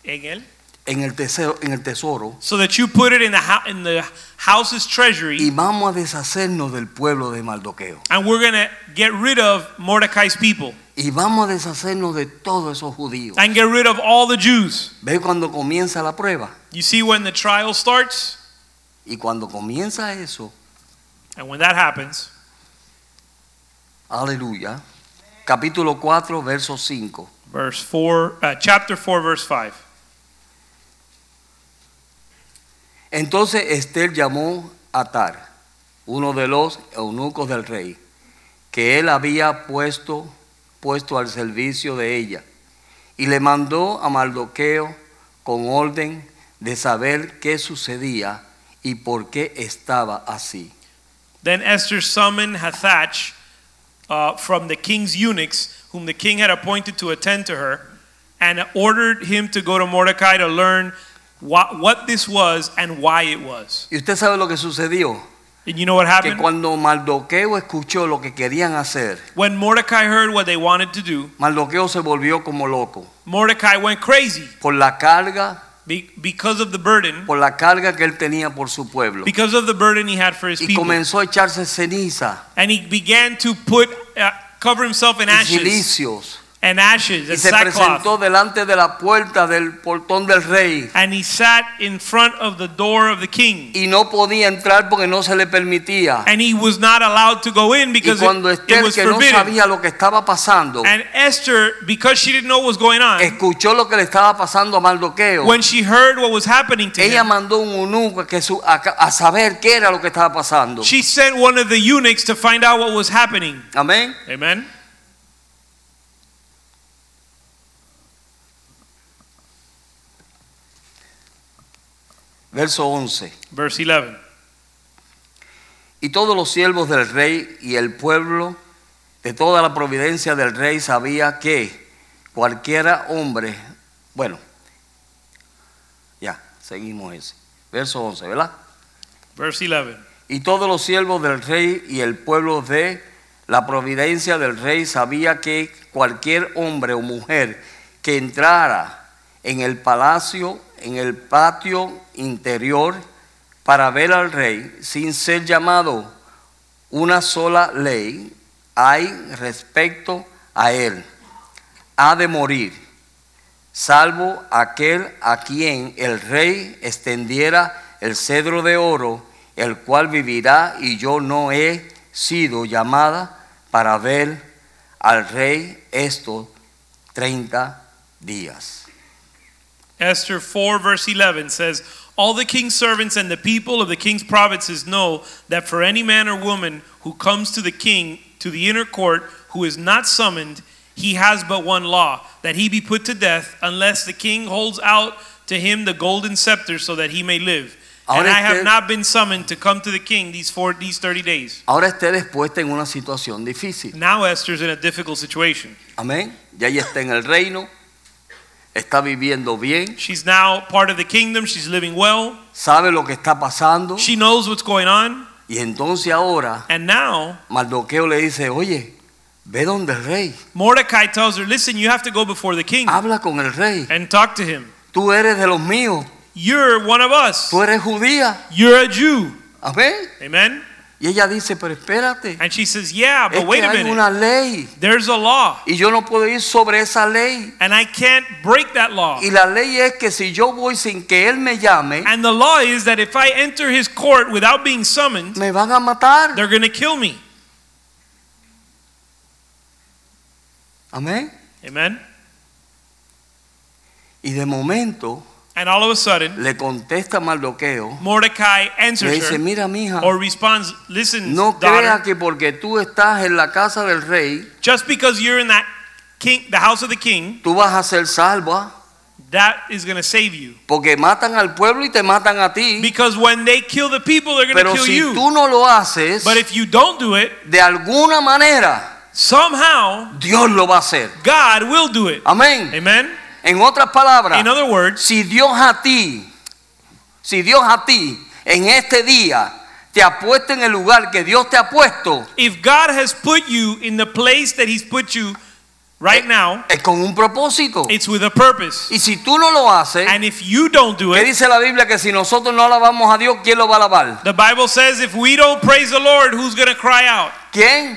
[SPEAKER 2] En él.
[SPEAKER 1] en el tesoro, en el tesoro
[SPEAKER 2] So that you put it in the, hou- in the house's treasury,
[SPEAKER 1] y vamos a deshacernos del pueblo de Mardoqueo.
[SPEAKER 2] and we're going to get rid of Mordecai's people
[SPEAKER 1] Y vamos a deshacernos de todos esos judíos.
[SPEAKER 2] and get rid of all the Jews.
[SPEAKER 1] Ve cuando comienza la prueba.
[SPEAKER 2] You see, when the trial starts,
[SPEAKER 1] Y cuando comienza eso,
[SPEAKER 2] And when that happens,
[SPEAKER 1] aleluya, capítulo 4, verso 5.
[SPEAKER 2] verse 4, uh, chapter 4, verse 5.
[SPEAKER 1] Entonces Esther llamó a Tar, uno de los eunucos del rey, que él había puesto, puesto al servicio de ella, y le mandó a Mardoqueo con orden de saber qué sucedía y por qué estaba así.
[SPEAKER 2] Then Esther summoned Hathach uh, from the king's eunuchs, whom the king had appointed to attend to her, and ordered him to go to Mordecai to learn wha- what this was and why it was.
[SPEAKER 1] Y usted sabe lo que sucedió,
[SPEAKER 2] And you know what
[SPEAKER 1] que
[SPEAKER 2] happened?
[SPEAKER 1] cuando Mardoqueo escuchó lo que querían hacer,
[SPEAKER 2] When Mordecai heard what they wanted to do,
[SPEAKER 1] Mardoqueo se volvió como loco
[SPEAKER 2] Mordecai went crazy
[SPEAKER 1] por la carga,
[SPEAKER 2] be- because of the burden,
[SPEAKER 1] por la carga que él tenía por su pueblo.
[SPEAKER 2] because of the burden he had for his
[SPEAKER 1] Y
[SPEAKER 2] people.
[SPEAKER 1] comenzó a echarse ceniza.
[SPEAKER 2] And he began to put, uh, cover himself in
[SPEAKER 1] y
[SPEAKER 2] ashes.
[SPEAKER 1] cilicios.
[SPEAKER 2] and ashes
[SPEAKER 1] Y
[SPEAKER 2] and
[SPEAKER 1] se
[SPEAKER 2] sackcloth.
[SPEAKER 1] presentó delante de la puerta del portón del rey
[SPEAKER 2] And he sat in front of the door of the king.
[SPEAKER 1] y no podía entrar porque no se le permitía.
[SPEAKER 2] And he was not allowed to go in
[SPEAKER 1] Y
[SPEAKER 2] because
[SPEAKER 1] cuando
[SPEAKER 2] it, it
[SPEAKER 1] Esther,
[SPEAKER 2] was
[SPEAKER 1] que no
[SPEAKER 2] forbidden.
[SPEAKER 1] sabía lo que estaba pasando,
[SPEAKER 2] and Esther, because she didn't know what was going on,
[SPEAKER 1] escuchó lo que le estaba pasando a Mardoqueo.
[SPEAKER 2] when she heard what was happening to
[SPEAKER 1] Ella
[SPEAKER 2] him,
[SPEAKER 1] mandó un eunuco que su- a, a saber qué era lo que estaba pasando.
[SPEAKER 2] she sent one of the eunuchs to find out what was happening.
[SPEAKER 1] Amén.
[SPEAKER 2] Amen.
[SPEAKER 1] verso 11.
[SPEAKER 2] Verse 11.
[SPEAKER 1] Y todos los siervos del rey y el pueblo de toda la providencia del rey sabía que cualquiera hombre, bueno, ya, seguimos ese. Verso 11, ¿verdad?
[SPEAKER 2] Verse 11.
[SPEAKER 1] Y todos los siervos del rey y el pueblo de la providencia del rey sabía que cualquier hombre o mujer que entrara en el palacio, en el patio interior, para ver al rey sin ser llamado una sola ley hay respecto a él. Ha de morir, salvo aquel a quien el rey extendiera el cedro de oro, el cual vivirá y yo no he sido llamada para ver al rey estos 30 días.
[SPEAKER 2] Esther 4, verse 11 says, All the king's servants and the people of the king's provinces know that for any man or woman who comes to the king, to the inner court, who is not summoned, he has but one law that he be put to death unless the king holds out to him the golden scepter so that he may live. And
[SPEAKER 1] Ahora
[SPEAKER 2] I have
[SPEAKER 1] este-
[SPEAKER 2] not been summoned to come to the king these, four, these 30 days.
[SPEAKER 1] Ahora esté expuesta en una situación difícil.
[SPEAKER 2] Now Esther's in a difficult situation.
[SPEAKER 1] Amén. Ya ella está en el reino, está viviendo bien,
[SPEAKER 2] She's now part of the kingdom. She's living well.
[SPEAKER 1] sabe lo que está pasando.
[SPEAKER 2] She knows what's going on.
[SPEAKER 1] Y entonces ahora
[SPEAKER 2] And now
[SPEAKER 1] Mardoqueo le dice, oye, ve donde el rey,
[SPEAKER 2] Mordecai tells her, Listen, you have to go before the king
[SPEAKER 1] habla con el rey.
[SPEAKER 2] and talk to him.
[SPEAKER 1] Tú eres de los míos,
[SPEAKER 2] You're one of us.
[SPEAKER 1] tú eres judía.
[SPEAKER 2] You're a Jew.
[SPEAKER 1] Amén.
[SPEAKER 2] Amen.
[SPEAKER 1] Y ella dice, pero espérate,
[SPEAKER 2] And she says, Yeah,
[SPEAKER 1] es
[SPEAKER 2] but wait
[SPEAKER 1] que
[SPEAKER 2] a
[SPEAKER 1] hay
[SPEAKER 2] minute.
[SPEAKER 1] una ley
[SPEAKER 2] There's a law,
[SPEAKER 1] y yo no puedo ir sobre esa ley.
[SPEAKER 2] and I can't break that law.
[SPEAKER 1] Y la ley es que si yo voy sin que él me llame,
[SPEAKER 2] And the law is that if I enter his court without being summoned,
[SPEAKER 1] me van a matar.
[SPEAKER 2] they're going to kill me.
[SPEAKER 1] Amén.
[SPEAKER 2] Amen.
[SPEAKER 1] Y de momento
[SPEAKER 2] And all of a sudden,
[SPEAKER 1] le contesta Mardoqueo,
[SPEAKER 2] Mordecai
[SPEAKER 1] le
[SPEAKER 2] answers
[SPEAKER 1] dice,
[SPEAKER 2] her
[SPEAKER 1] mira mija,
[SPEAKER 2] or responds, Listen,
[SPEAKER 1] no
[SPEAKER 2] daughter,
[SPEAKER 1] creas que porque tú estás en la casa del rey,
[SPEAKER 2] just because you're in that king, the house of the king,
[SPEAKER 1] tú vas a ser salva,
[SPEAKER 2] that is going to save you.
[SPEAKER 1] porque matan al pueblo y te matan a ti.
[SPEAKER 2] Because when they kill the people, they're going to
[SPEAKER 1] Pero
[SPEAKER 2] kill
[SPEAKER 1] si
[SPEAKER 2] you.
[SPEAKER 1] tú no lo haces,
[SPEAKER 2] But if you don't do it,
[SPEAKER 1] de alguna manera
[SPEAKER 2] somehow
[SPEAKER 1] Dios lo va a hacer.
[SPEAKER 2] God will do it.
[SPEAKER 1] Amén.
[SPEAKER 2] Amen.
[SPEAKER 1] En otras palabras,
[SPEAKER 2] In other words,
[SPEAKER 1] si Dios a ti, si Dios a ti en este día te ha puesto en el lugar que Dios te ha puesto,
[SPEAKER 2] if God has put you in the place that He's put you right now,
[SPEAKER 1] es con un propósito.
[SPEAKER 2] it's with a purpose.
[SPEAKER 1] Y si tú no lo haces,
[SPEAKER 2] And if you don't do
[SPEAKER 1] ¿qué
[SPEAKER 2] it,
[SPEAKER 1] dice la Biblia? Que si nosotros no alabamos a Dios, ¿quién lo va a alabar?
[SPEAKER 2] the Bible says if we don't praise the Lord, who's going to cry out?
[SPEAKER 1] ¿Quién?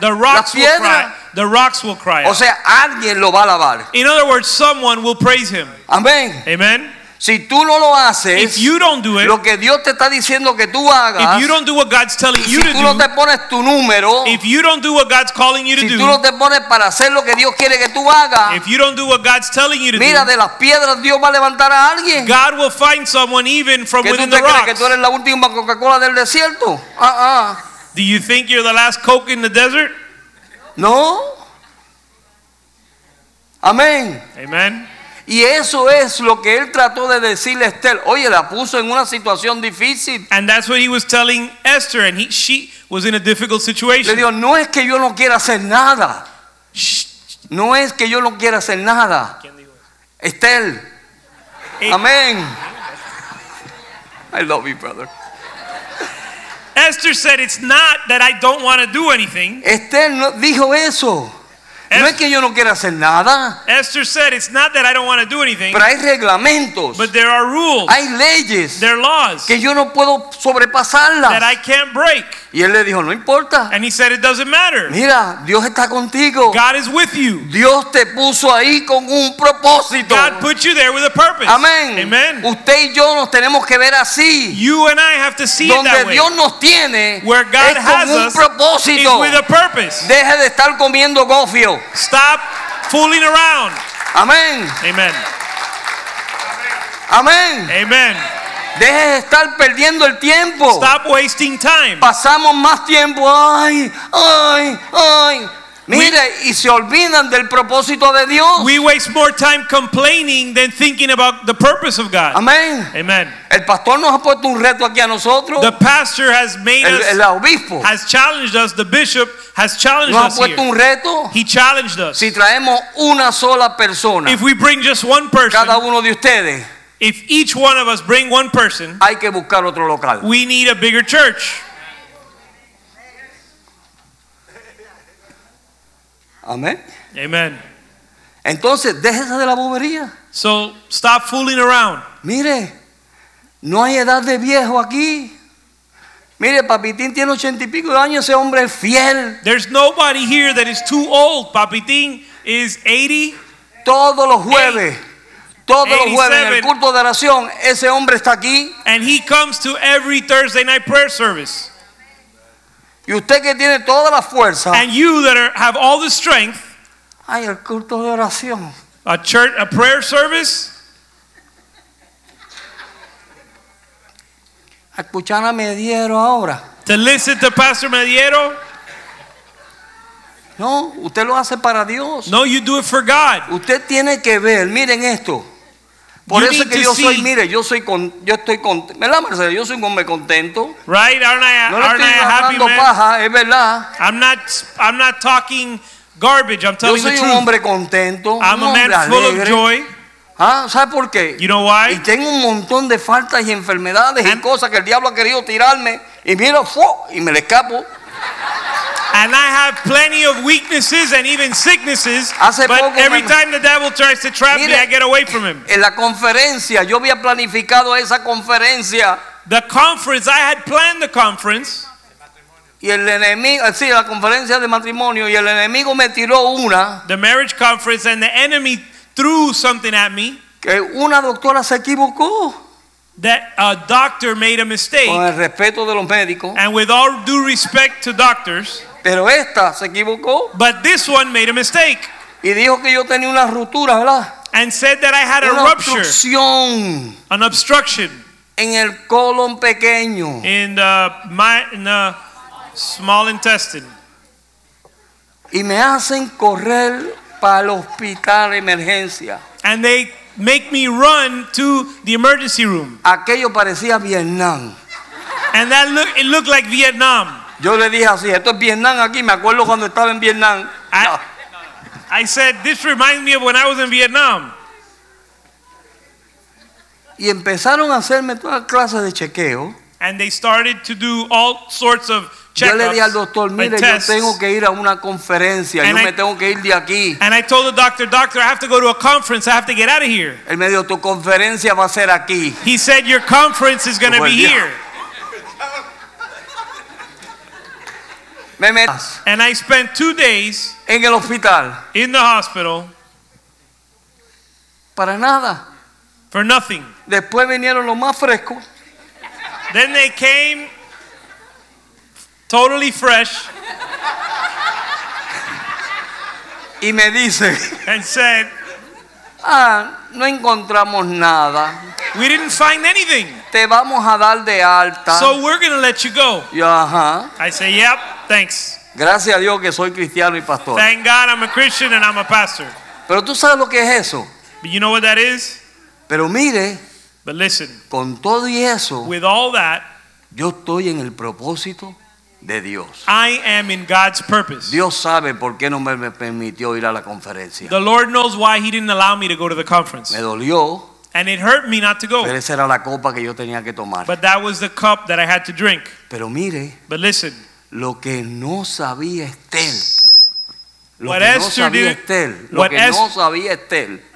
[SPEAKER 2] The rocks will
[SPEAKER 1] piedra.
[SPEAKER 2] cry. The rocks will cry
[SPEAKER 1] O
[SPEAKER 2] out.
[SPEAKER 1] sea, alguien lo va a alabar.
[SPEAKER 2] In other words, someone will praise Him.
[SPEAKER 1] Amén.
[SPEAKER 2] Amen.
[SPEAKER 1] Si tú no lo haces,
[SPEAKER 2] If you don't do it,
[SPEAKER 1] lo que Dios te está diciendo que tú hagas,
[SPEAKER 2] if you don't do what God's telling
[SPEAKER 1] si
[SPEAKER 2] you to
[SPEAKER 1] tú no
[SPEAKER 2] do,
[SPEAKER 1] te pones tu número,
[SPEAKER 2] if you don't do what God's calling you to
[SPEAKER 1] si
[SPEAKER 2] do,
[SPEAKER 1] tú no te pones para hacer lo que Dios quiere que tú hagas,
[SPEAKER 2] If you don't do what God's telling you to
[SPEAKER 1] mira,
[SPEAKER 2] do,
[SPEAKER 1] de las piedras Dios va a levantar a alguien.
[SPEAKER 2] God will find someone even from
[SPEAKER 1] ¿Que tú
[SPEAKER 2] within
[SPEAKER 1] te
[SPEAKER 2] the
[SPEAKER 1] crees que
[SPEAKER 2] rocks.
[SPEAKER 1] tú eres la última Coca-Cola del desierto? Ah, ah.
[SPEAKER 2] Do you think you're the last Coke in the desert?
[SPEAKER 1] No. Amén.
[SPEAKER 2] Amen.
[SPEAKER 1] Y eso es lo que él trató de decirle a Esther. Oye, la puso en una situación difícil.
[SPEAKER 2] And that's what he was telling Esther, and he, she was in a difficult
[SPEAKER 1] Le
[SPEAKER 2] situation.
[SPEAKER 1] digo, no es que yo no quiera hacer nada.
[SPEAKER 2] Shh.
[SPEAKER 1] No es que yo no quiera hacer nada. Esther.
[SPEAKER 2] Eh.
[SPEAKER 1] Amén. I love you, brother.
[SPEAKER 2] Esther said, "It's not that I don't want to do anything."
[SPEAKER 1] Esther no- dijo eso. No
[SPEAKER 2] Es-
[SPEAKER 1] es que yo no quiera hacer nada.
[SPEAKER 2] Esther said, "It's not that I don't want to do anything,
[SPEAKER 1] Pero hay reglamentos.
[SPEAKER 2] but there are rules,
[SPEAKER 1] Hay leyes.
[SPEAKER 2] there are laws
[SPEAKER 1] que yo no puedo
[SPEAKER 2] that
[SPEAKER 1] sobrepasarla.
[SPEAKER 2] I can't break."
[SPEAKER 1] Y él le dijo, no importa.
[SPEAKER 2] And he said, "It doesn't matter.
[SPEAKER 1] Mira, Dios está contigo.
[SPEAKER 2] God is with you.
[SPEAKER 1] Dios te puso ahí con un propósito.
[SPEAKER 2] God put you there with a purpose."
[SPEAKER 1] Amén.
[SPEAKER 2] Amen.
[SPEAKER 1] Usted y yo nos tenemos que ver así.
[SPEAKER 2] You and I have to see it
[SPEAKER 1] Donde
[SPEAKER 2] that way.
[SPEAKER 1] Dios nos tiene
[SPEAKER 2] Where
[SPEAKER 1] es
[SPEAKER 2] God has
[SPEAKER 1] con un
[SPEAKER 2] us
[SPEAKER 1] propósito.
[SPEAKER 2] It's with a purpose.
[SPEAKER 1] Deje de estar comiendo gofio.
[SPEAKER 2] Stop fooling around.
[SPEAKER 1] Amén.
[SPEAKER 2] Amen.
[SPEAKER 1] Amén.
[SPEAKER 2] Amen.
[SPEAKER 1] Deje de estar perdiendo el tiempo.
[SPEAKER 2] Stop wasting time.
[SPEAKER 1] Pasamos más tiempo. Ay, ay, ay. Mire, y se olvidan del propósito de Dios.
[SPEAKER 2] We waste more time complaining than thinking about the purpose of God.
[SPEAKER 1] Amén.
[SPEAKER 2] Amen.
[SPEAKER 1] El pastor nos ha puesto un reto aquí a nosotros.
[SPEAKER 2] The pastor has made
[SPEAKER 1] Oh. El, el
[SPEAKER 2] us,
[SPEAKER 1] obispo
[SPEAKER 2] has challenged us, the bishop has challenged
[SPEAKER 1] nos ha
[SPEAKER 2] us
[SPEAKER 1] puesto
[SPEAKER 2] here.
[SPEAKER 1] un reto.
[SPEAKER 2] He challenged us.
[SPEAKER 1] Si traemos una sola persona,
[SPEAKER 2] If we bring just one
[SPEAKER 1] cada
[SPEAKER 2] person,
[SPEAKER 1] uno de ustedes,
[SPEAKER 2] if each one of us bring one person,
[SPEAKER 1] hay que buscar otro local.
[SPEAKER 2] we need a bigger church.
[SPEAKER 1] Amén.
[SPEAKER 2] Amen.
[SPEAKER 1] Entonces, déjese de la bobería.
[SPEAKER 2] So stop fooling around.
[SPEAKER 1] Mire, no hay edad de viejo aquí. Mire, Papitín tiene ochenta y pico de años, ese hombre es fiel.
[SPEAKER 2] There's nobody here that is too old. Papitín is 80.
[SPEAKER 1] Todos los jueves, todos los jueves en el
[SPEAKER 2] 87.
[SPEAKER 1] culto de oración, ese hombre está aquí.
[SPEAKER 2] And he comes to every Thursday night prayer service.
[SPEAKER 1] Y usted que tiene toda la fuerza,
[SPEAKER 2] And you that are, have all the strength,
[SPEAKER 1] ay, el culto de oración.
[SPEAKER 2] a church, a prayer service,
[SPEAKER 1] A escuchar a Mediero ahora.
[SPEAKER 2] to listen to Pastor Mediero.
[SPEAKER 1] No, usted lo hace para Dios.
[SPEAKER 2] No, you do it for God.
[SPEAKER 1] Usted tiene que ver, miren esto. Por
[SPEAKER 2] You
[SPEAKER 1] eso
[SPEAKER 2] need
[SPEAKER 1] que
[SPEAKER 2] to
[SPEAKER 1] yo soy,
[SPEAKER 2] see-
[SPEAKER 1] mire, yo soy con, yo estoy contento. ¿Verdad, Marcelo? Yo soy un hombre contento.
[SPEAKER 2] Right? Aren't I,
[SPEAKER 1] No le
[SPEAKER 2] aren't I
[SPEAKER 1] estoy
[SPEAKER 2] a happy
[SPEAKER 1] hablando
[SPEAKER 2] man?
[SPEAKER 1] paja, es verdad.
[SPEAKER 2] I'm not, I'm not talking garbage. I'm
[SPEAKER 1] Yo
[SPEAKER 2] telling the
[SPEAKER 1] soy un
[SPEAKER 2] truth.
[SPEAKER 1] hombre contento, un
[SPEAKER 2] I'm a
[SPEAKER 1] hombre
[SPEAKER 2] man full of
[SPEAKER 1] alegre.
[SPEAKER 2] joy.
[SPEAKER 1] Ah, ¿Sabe por qué?
[SPEAKER 2] You know why?
[SPEAKER 1] Y tengo un montón de faltas y enfermedades y
[SPEAKER 2] And-
[SPEAKER 1] cosas que el diablo ha querido tirarme. Y mira, ¡fua! y me le escapo.
[SPEAKER 2] And I have plenty of weaknesses and even sicknesses.
[SPEAKER 1] Hace
[SPEAKER 2] but
[SPEAKER 1] poco
[SPEAKER 2] every
[SPEAKER 1] me-
[SPEAKER 2] time the devil tries to trap me,
[SPEAKER 1] Mire.
[SPEAKER 2] I get away from him.
[SPEAKER 1] En la conferencia, yo había planificado esa conferencia.
[SPEAKER 2] The conference, I had planned the conference,
[SPEAKER 1] Y el enemigo, sí, la conferencia de matrimonio, y el enemigo me tiró una,
[SPEAKER 2] the marriage conference, and the enemy threw something at me
[SPEAKER 1] que una doctora se equivocó,
[SPEAKER 2] that a doctor made a mistake.
[SPEAKER 1] con el respeto de los médicos,
[SPEAKER 2] And with all due respect to doctors,
[SPEAKER 1] pero esta se equivocó
[SPEAKER 2] but this one made a mistake
[SPEAKER 1] y dijo que yo tenía una ruptura, ¿verdad?
[SPEAKER 2] and said that I had a
[SPEAKER 1] Una
[SPEAKER 2] rupture,
[SPEAKER 1] obstrucción
[SPEAKER 2] an obstruction
[SPEAKER 1] en el colon pequeño.
[SPEAKER 2] in the, my, in the small intestine.
[SPEAKER 1] Y me hacen correr para el hospital de emergencia.
[SPEAKER 2] And they make me run to the emergency room.
[SPEAKER 1] Aquello parecía Vietnam.
[SPEAKER 2] And that look it looked like Vietnam.
[SPEAKER 1] Yo le dije así, esto es Vietnam aquí, me acuerdo cuando estaba en Vietnam.
[SPEAKER 2] I, I said, this reminds me of when I was in Vietnam.
[SPEAKER 1] Y empezaron a hacerme todas clases de chequeo.
[SPEAKER 2] And they started to do all sorts of
[SPEAKER 1] Yo le dije al
[SPEAKER 2] checkups
[SPEAKER 1] doctor,
[SPEAKER 2] and
[SPEAKER 1] mire, yo
[SPEAKER 2] tests.
[SPEAKER 1] tengo que ir a una conferencia,
[SPEAKER 2] And
[SPEAKER 1] yo
[SPEAKER 2] I-
[SPEAKER 1] me tengo que ir de aquí.
[SPEAKER 2] And I told the doctor, doctor, I have to go to a conference. I have to get out of here.
[SPEAKER 1] Él me dijo, tu conferencia va a ser aquí.
[SPEAKER 2] He said, your conference is going to
[SPEAKER 1] Buen
[SPEAKER 2] be
[SPEAKER 1] día.
[SPEAKER 2] here.
[SPEAKER 1] Me metas
[SPEAKER 2] And I spent two days
[SPEAKER 1] en el hospital.
[SPEAKER 2] in the hospital
[SPEAKER 1] Para nada.
[SPEAKER 2] for nothing.
[SPEAKER 1] Después vinieron los más frescos.
[SPEAKER 2] Then they came totally fresh
[SPEAKER 1] Y me dicen,
[SPEAKER 2] and said,
[SPEAKER 1] ah, no encontramos nada.
[SPEAKER 2] we didn't find anything.
[SPEAKER 1] Te vamos a dar de alta.
[SPEAKER 2] So we're going to let you go.
[SPEAKER 1] Yo, ajá.
[SPEAKER 2] I say, yep, thanks.
[SPEAKER 1] Gracias a Dios que soy cristiano y pastor.
[SPEAKER 2] Thank God I'm a Christian and I'm a pastor.
[SPEAKER 1] Pero tú sabes lo que es eso.
[SPEAKER 2] But you know what that is?
[SPEAKER 1] Pero mire,
[SPEAKER 2] But listen,
[SPEAKER 1] con todo y eso,
[SPEAKER 2] with all that,
[SPEAKER 1] yo estoy en el propósito de Dios.
[SPEAKER 2] I am in God's purpose.
[SPEAKER 1] Dios sabe por qué no me me permitió ir a la conferencia.
[SPEAKER 2] The Lord knows why He didn't allow me to go to the conference.
[SPEAKER 1] Me dolió,
[SPEAKER 2] And it hurt me not to
[SPEAKER 1] pero
[SPEAKER 2] go.
[SPEAKER 1] esa era la copa que yo tenía que tomar.
[SPEAKER 2] But that was the cup that I had to drink.
[SPEAKER 1] Pero mire,
[SPEAKER 2] But listen,
[SPEAKER 1] lo que no sabía Estel, lo
[SPEAKER 2] What
[SPEAKER 1] que no
[SPEAKER 2] Esther
[SPEAKER 1] sabía
[SPEAKER 2] did-
[SPEAKER 1] Estel, lo
[SPEAKER 2] what
[SPEAKER 1] que
[SPEAKER 2] Es-
[SPEAKER 1] no sabía Estel
[SPEAKER 2] what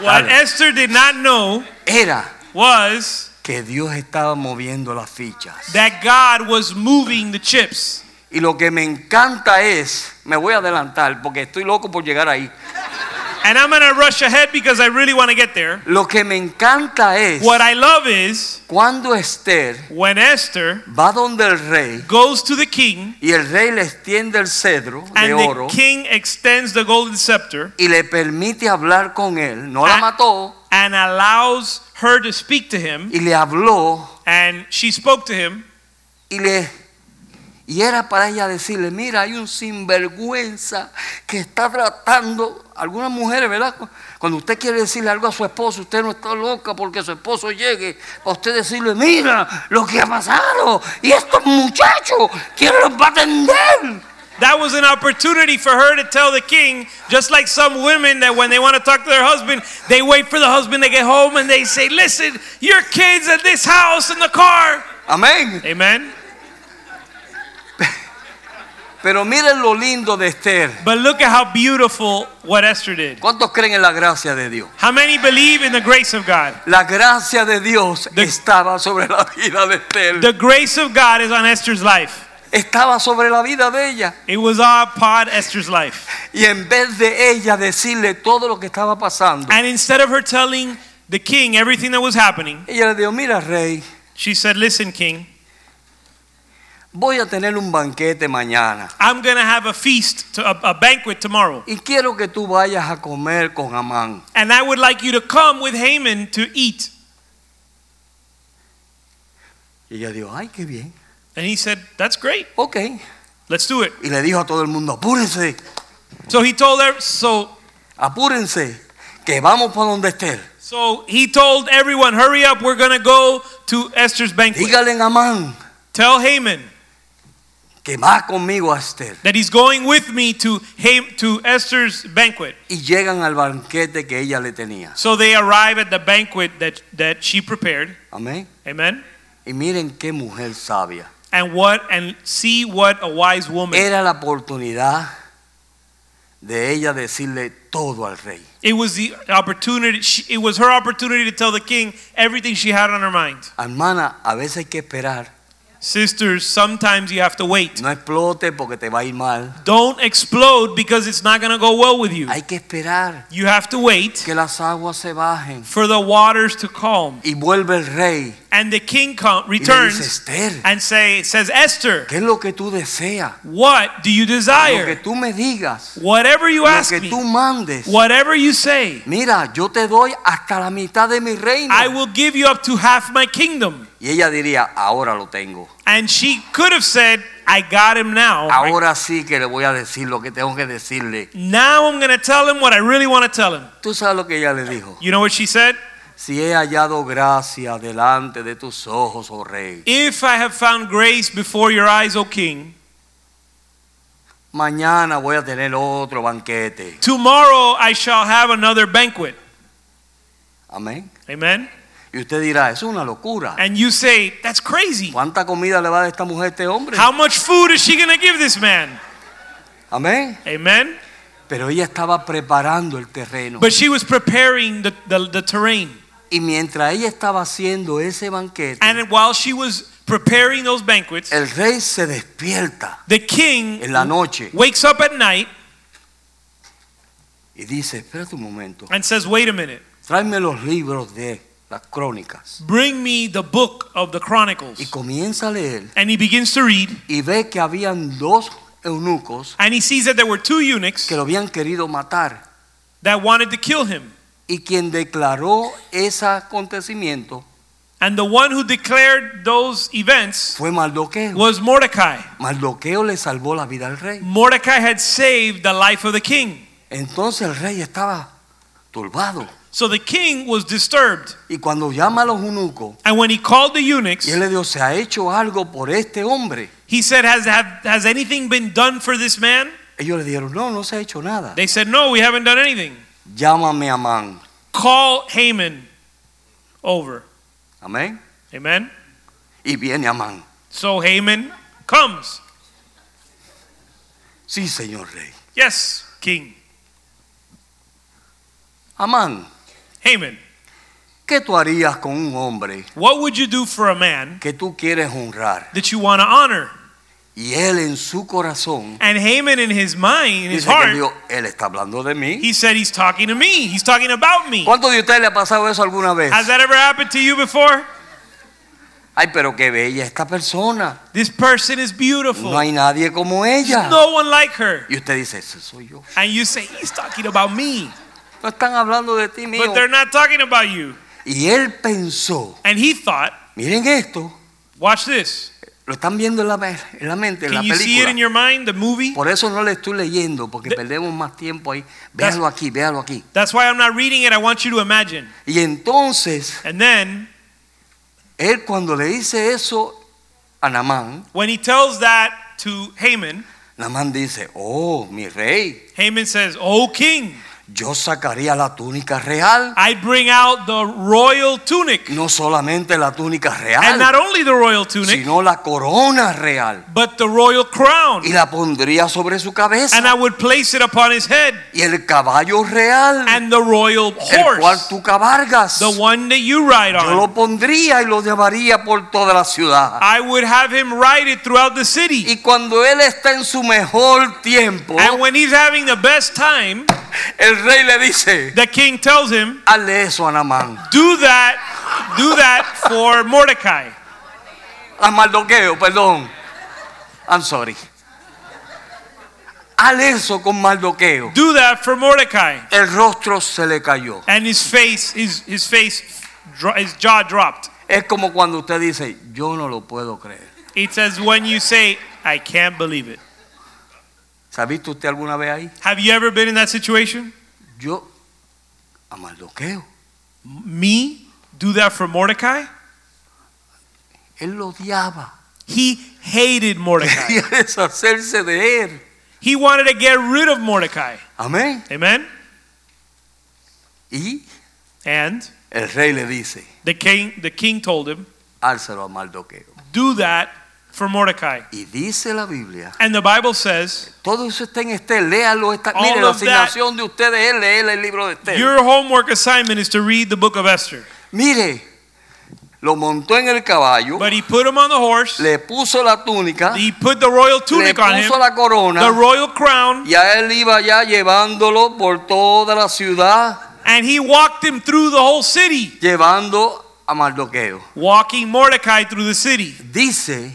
[SPEAKER 1] Dale.
[SPEAKER 2] Esther did not know
[SPEAKER 1] era
[SPEAKER 2] was
[SPEAKER 1] que Dios estaba moviendo las fichas.
[SPEAKER 2] that God was moving the chips.
[SPEAKER 1] Y lo que me encanta es, me voy a adelantar porque estoy loco por llegar ahí.
[SPEAKER 2] And I'm going to rush ahead because I really want to get there.
[SPEAKER 1] Lo que me encanta es
[SPEAKER 2] What I love is
[SPEAKER 1] cuando Esther
[SPEAKER 2] when Esther
[SPEAKER 1] va donde el rey
[SPEAKER 2] goes to the king
[SPEAKER 1] y el rey le extiende el cedro de
[SPEAKER 2] and the
[SPEAKER 1] oro
[SPEAKER 2] king extends the golden scepter.
[SPEAKER 1] y le permite hablar con él. No la
[SPEAKER 2] Ah.
[SPEAKER 1] mató
[SPEAKER 2] and allows her to speak to him
[SPEAKER 1] y le habló
[SPEAKER 2] and she spoke to him
[SPEAKER 1] y le Y era para ella decirle, mira, hay un sinvergüenza que está tratando, algunas mujeres, ¿verdad? Cuando usted quiere decirle algo a su esposo, usted no está loca porque su esposo llegue, a usted decirle, mira lo que ha pasado, y estos muchachos, ¿quién los va a atender?
[SPEAKER 2] That was an opportunity for her to tell the king, just like some women that when they want to talk to their husband, they wait for the husband to get home and they say, Listen, your kids at this house in the car.
[SPEAKER 1] Amén.
[SPEAKER 2] Amen.
[SPEAKER 1] Pero miren lo lindo de Esther.
[SPEAKER 2] But look at how beautiful what Esther did.
[SPEAKER 1] ¿Cuántos creen en la gracia de Dios?
[SPEAKER 2] How many believe in the grace of God?
[SPEAKER 1] La gracia de Dios
[SPEAKER 2] The-
[SPEAKER 1] estaba sobre la vida de Esther.
[SPEAKER 2] The grace of God is on Esther's life.
[SPEAKER 1] estaba sobre la vida de ella.
[SPEAKER 2] It was upon Esther's life.
[SPEAKER 1] Y en vez de ella decirle todo lo que estaba pasando,
[SPEAKER 2] And instead of her telling the king everything that was happening,
[SPEAKER 1] ella le dijo, mira rey,
[SPEAKER 2] she said, Listen, king,
[SPEAKER 1] voy a tener un banquete mañana.
[SPEAKER 2] I'm going to have a feast, to, a, a banquet tomorrow.
[SPEAKER 1] Y quiero que tú vayas a comer con Amán.
[SPEAKER 2] And I would like you to come with Haman to eat.
[SPEAKER 1] Y ella dijo, ay, qué bien.
[SPEAKER 2] And he said, That's great.
[SPEAKER 1] Ok.
[SPEAKER 2] Let's do it.
[SPEAKER 1] Y le dijo a todo el mundo, apúrense,
[SPEAKER 2] So he told her so
[SPEAKER 1] apúrense, que vamos para donde Esther.
[SPEAKER 2] so he told everyone, hurry up, we're gonna go to Esther's banquet.
[SPEAKER 1] Dígale a Amán
[SPEAKER 2] Tell Haman
[SPEAKER 1] que va conmigo a Esther.
[SPEAKER 2] that he's going with me to Ham- to Esther's banquet.
[SPEAKER 1] Y llegan al banquete que ella le tenía.
[SPEAKER 2] So they arrive at the banquet that, that she prepared.
[SPEAKER 1] Amén.
[SPEAKER 2] Amen.
[SPEAKER 1] Y miren qué mujer sabia.
[SPEAKER 2] And what and see what a wise woman.
[SPEAKER 1] Era la oportunidad de ella decirle todo al rey.
[SPEAKER 2] It was the opportunity she, it was her opportunity to tell the king everything she had on her mind.
[SPEAKER 1] Hermana, a veces hay que esperar.
[SPEAKER 2] Sisters, sometimes you have to wait.
[SPEAKER 1] No explote porque te va a ir mal.
[SPEAKER 2] Don't explode because it's not gonna go well with you.
[SPEAKER 1] Hay que esperar
[SPEAKER 2] You have to wait.
[SPEAKER 1] que las aguas se bajen.
[SPEAKER 2] for the waters to calm.
[SPEAKER 1] Y vuelve el rey
[SPEAKER 2] And the king come,
[SPEAKER 1] y le dice,
[SPEAKER 2] returns
[SPEAKER 1] Esther,
[SPEAKER 2] and say, says, Esther,
[SPEAKER 1] ¿qué es lo que tú deseas?
[SPEAKER 2] what do you
[SPEAKER 1] Lo que
[SPEAKER 2] desire?
[SPEAKER 1] tú me digas,
[SPEAKER 2] Whatever you
[SPEAKER 1] lo
[SPEAKER 2] ask
[SPEAKER 1] que tú
[SPEAKER 2] me,
[SPEAKER 1] mandes.
[SPEAKER 2] whatever you say,
[SPEAKER 1] Mira, yo te doy hasta la mitad de mi reino.
[SPEAKER 2] I will give you up to half my kingdom.
[SPEAKER 1] Y ella diría, ahora lo tengo.
[SPEAKER 2] And she could have said, I got him now.
[SPEAKER 1] Ahora sí que le voy a decir lo que tengo que decirle.
[SPEAKER 2] Now I'm going to tell him what I really want to tell him.
[SPEAKER 1] Tú sabes lo que ella le dijo.
[SPEAKER 2] You know what she said?
[SPEAKER 1] Si he hallado gracia delante de tus ojos, oh rey,
[SPEAKER 2] If I have found grace before your eyes, O king,
[SPEAKER 1] mañana voy a tener otro banquete.
[SPEAKER 2] tomorrow I shall have another banquet.
[SPEAKER 1] Amén.
[SPEAKER 2] Amen.
[SPEAKER 1] Y usted dirá, es una locura.
[SPEAKER 2] And you say, that's crazy.
[SPEAKER 1] ¿Cuánta comida le va a dar esta mujer a este hombre?
[SPEAKER 2] How much food is she going to give this man?
[SPEAKER 1] Amén.
[SPEAKER 2] Amen.
[SPEAKER 1] Pero ella estaba preparando el terreno.
[SPEAKER 2] But she was preparing the, the, the terrain.
[SPEAKER 1] Y mientras ella estaba haciendo ese banquete,
[SPEAKER 2] And while she was preparing those banquets,
[SPEAKER 1] el rey se despierta
[SPEAKER 2] the king
[SPEAKER 1] en la noche
[SPEAKER 2] wakes up at night
[SPEAKER 1] y dice, espérate un momento,
[SPEAKER 2] and says, Wait a minute,
[SPEAKER 1] tráeme los libros de las crónicas.
[SPEAKER 2] bring me the book of the
[SPEAKER 1] Y
[SPEAKER 2] Chronicles.
[SPEAKER 1] comienza a leer
[SPEAKER 2] And he begins to read,
[SPEAKER 1] y ve que habían dos eunucos
[SPEAKER 2] and he sees that there were two eunuchs
[SPEAKER 1] que lo habían querido matar.
[SPEAKER 2] that wanted to kill him.
[SPEAKER 1] Y quien declaró ese acontecimiento
[SPEAKER 2] And the one who declared those events
[SPEAKER 1] fue Mardoqueo.
[SPEAKER 2] was Mordecai.
[SPEAKER 1] Mardoqueo le salvó la vida al rey.
[SPEAKER 2] Mordecai had saved the life of the king.
[SPEAKER 1] Entonces el rey estaba turbado.
[SPEAKER 2] So the king was disturbed.
[SPEAKER 1] Y cuando llama a los eunucos,
[SPEAKER 2] And when he called the eunuchs,
[SPEAKER 1] y él le dijo, se ha hecho algo por este hombre.
[SPEAKER 2] He said, has, have, has anything been done for this man?
[SPEAKER 1] Ellos le dijeron, no, no se ha hecho nada.
[SPEAKER 2] They said, No, we haven't done anything.
[SPEAKER 1] Llámame a Amán.
[SPEAKER 2] Call Haman over.
[SPEAKER 1] Amén.
[SPEAKER 2] Amen.
[SPEAKER 1] Y viene Amán.
[SPEAKER 2] So Haman comes.
[SPEAKER 1] Sí, señor rey.
[SPEAKER 2] Yes, king.
[SPEAKER 1] Amán,
[SPEAKER 2] Haman,
[SPEAKER 1] ¿qué tú harías con un hombre
[SPEAKER 2] what would you do for a man
[SPEAKER 1] que tú quieres honrar?
[SPEAKER 2] that you want to honor?
[SPEAKER 1] Y él en su corazón
[SPEAKER 2] And Haman, in his mind, in his
[SPEAKER 1] dice que
[SPEAKER 2] heart,
[SPEAKER 1] dijo, él está hablando de mí.
[SPEAKER 2] he said, He's talking to me. He's talking about me.
[SPEAKER 1] ¿Cuántos de ustedes le ha pasado eso alguna vez?
[SPEAKER 2] Has that ever happened to you before?
[SPEAKER 1] Ay, pero qué bella esta persona.
[SPEAKER 2] This person is beautiful.
[SPEAKER 1] No hay nadie como ella.
[SPEAKER 2] There's no one like her.
[SPEAKER 1] Y usted dice, ese soy yo.
[SPEAKER 2] And you say, He's talking about me.
[SPEAKER 1] No están hablando de ti, mío.
[SPEAKER 2] But they're not talking about you.
[SPEAKER 1] Y él pensó,
[SPEAKER 2] And he thought,
[SPEAKER 1] miren esto,
[SPEAKER 2] Watch this.
[SPEAKER 1] Lo están viendo en la, me- en la mente, en la
[SPEAKER 2] Can you see it in
[SPEAKER 1] película.
[SPEAKER 2] your mind, the movie?
[SPEAKER 1] Por eso no le estoy leyendo, porque perdemos más tiempo ahí. Véalo aquí, véalo aquí.
[SPEAKER 2] That's why I'm not reading it. I want you to imagine.
[SPEAKER 1] Y entonces,
[SPEAKER 2] And then
[SPEAKER 1] él cuando le dice eso a Namán,
[SPEAKER 2] when he tells that to Haman,
[SPEAKER 1] Namán dice, oh, mi rey,
[SPEAKER 2] Haman says, "O king,
[SPEAKER 1] yo sacaría la túnica real.
[SPEAKER 2] I bring out the royal tunic,
[SPEAKER 1] No solamente la túnica
[SPEAKER 2] and not
[SPEAKER 1] real,
[SPEAKER 2] only the royal tunic,
[SPEAKER 1] sino la corona real.
[SPEAKER 2] but the royal crown,
[SPEAKER 1] Y la pondría sobre su cabeza.
[SPEAKER 2] and I would place it upon his head,
[SPEAKER 1] Y el caballo real,
[SPEAKER 2] and the royal
[SPEAKER 1] el cual
[SPEAKER 2] horse,
[SPEAKER 1] tú cabalgas,
[SPEAKER 2] the one that you ride
[SPEAKER 1] yo
[SPEAKER 2] on.
[SPEAKER 1] lo pondría y lo llevaría por toda la ciudad.
[SPEAKER 2] I would have him ride it throughout the city."
[SPEAKER 1] Y cuando él está en su mejor tiempo,
[SPEAKER 2] And when he's having the best time,
[SPEAKER 1] el rey le dice,
[SPEAKER 2] the king tells him,
[SPEAKER 1] hazle eso a Namán,
[SPEAKER 2] Do that, do that for Mordecai.
[SPEAKER 1] a Mardoqueo, perdón. I'm sorry. Hazle eso con Mardoqueo.
[SPEAKER 2] Do that for Mordecai.
[SPEAKER 1] El rostro se le cayó.
[SPEAKER 2] And his face, his, his face, dro- his jaw dropped.
[SPEAKER 1] Es como cuando usted dice, yo no lo puedo creer.
[SPEAKER 2] It's as when you say, I can't believe it.
[SPEAKER 1] ¿Se ha visto usted alguna vez ahí?
[SPEAKER 2] Have you ever been in that situation?
[SPEAKER 1] Yo, a Mardoqueo.
[SPEAKER 2] Me? Do that for Mordecai?
[SPEAKER 1] Él lo odiaba.
[SPEAKER 2] He hated Mordecai.
[SPEAKER 1] Quería deshacerse de él.
[SPEAKER 2] he wanted to get rid of Mordecai.
[SPEAKER 1] Amén.
[SPEAKER 2] Amen?
[SPEAKER 1] Y
[SPEAKER 2] And
[SPEAKER 1] el rey le dice,
[SPEAKER 2] the king, the king told him,
[SPEAKER 1] álzalo a Mardoqueo.
[SPEAKER 2] Do that for Mordecai.
[SPEAKER 1] Y dice la Biblia
[SPEAKER 2] And the Bible says,
[SPEAKER 1] Todo eso está en Esther, léalo. Está,
[SPEAKER 2] All
[SPEAKER 1] mire, la
[SPEAKER 2] of that-
[SPEAKER 1] asignación de ustedes es leer el libro de Esther.
[SPEAKER 2] Your homework assignment is to read the book of Esther.
[SPEAKER 1] Mire, lo montó en el caballo,
[SPEAKER 2] But he put him on the horse.
[SPEAKER 1] le puso la túnica,
[SPEAKER 2] He put the royal
[SPEAKER 1] Uh, le
[SPEAKER 2] tunic on him,
[SPEAKER 1] puso la
[SPEAKER 2] the
[SPEAKER 1] corona,
[SPEAKER 2] royal crown,
[SPEAKER 1] y a él iba ya llevándolo por toda la ciudad,
[SPEAKER 2] and he walked him through the whole city,
[SPEAKER 1] llevando a Mardoqueo.
[SPEAKER 2] walking Mordecai through the city.
[SPEAKER 1] Dice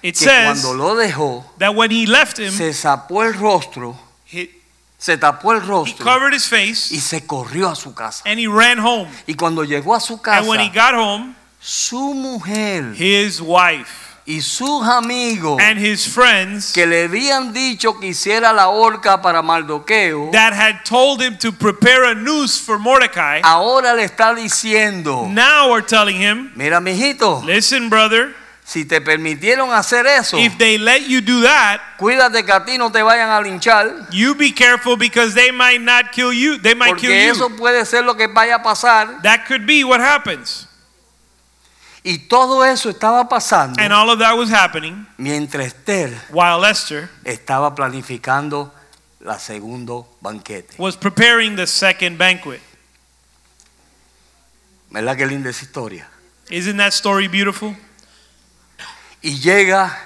[SPEAKER 2] It
[SPEAKER 1] que
[SPEAKER 2] says
[SPEAKER 1] cuando lo dejó,
[SPEAKER 2] that when he left him,
[SPEAKER 1] se tapó el rostro,
[SPEAKER 2] he,
[SPEAKER 1] se tapó el
[SPEAKER 2] he
[SPEAKER 1] rostro
[SPEAKER 2] covered his face
[SPEAKER 1] y se corrió a su casa.
[SPEAKER 2] and he ran home.
[SPEAKER 1] Y cuando llegó a su
[SPEAKER 2] And when he
[SPEAKER 1] casa,
[SPEAKER 2] got home,
[SPEAKER 1] su mujer
[SPEAKER 2] his wife
[SPEAKER 1] y sus amigos
[SPEAKER 2] and his friends
[SPEAKER 1] Oh. que le habían dicho que hiciera la horca para Mardoqueo,
[SPEAKER 2] that had told him to prepare a noose for Mordecai
[SPEAKER 1] ahora le está diciendo,
[SPEAKER 2] now are telling him,
[SPEAKER 1] mira mijito,
[SPEAKER 2] listen, brother,
[SPEAKER 1] si te permitieron hacer eso,
[SPEAKER 2] if they let you do that,
[SPEAKER 1] cuídate que a ti no te vayan a linchar,
[SPEAKER 2] You be careful because they might not kill you. They might kill
[SPEAKER 1] porque
[SPEAKER 2] you.
[SPEAKER 1] eso puede ser lo que vaya a pasar.
[SPEAKER 2] That could be what happens.
[SPEAKER 1] Y todo eso estaba pasando
[SPEAKER 2] And all of that was happening
[SPEAKER 1] mientras Esther
[SPEAKER 2] while Esther
[SPEAKER 1] estaba planificando la segundo banquete.
[SPEAKER 2] was preparing the second banquet.
[SPEAKER 1] ¿Verdad qué linda esa historia?
[SPEAKER 2] Isn't that story beautiful?
[SPEAKER 1] Y llega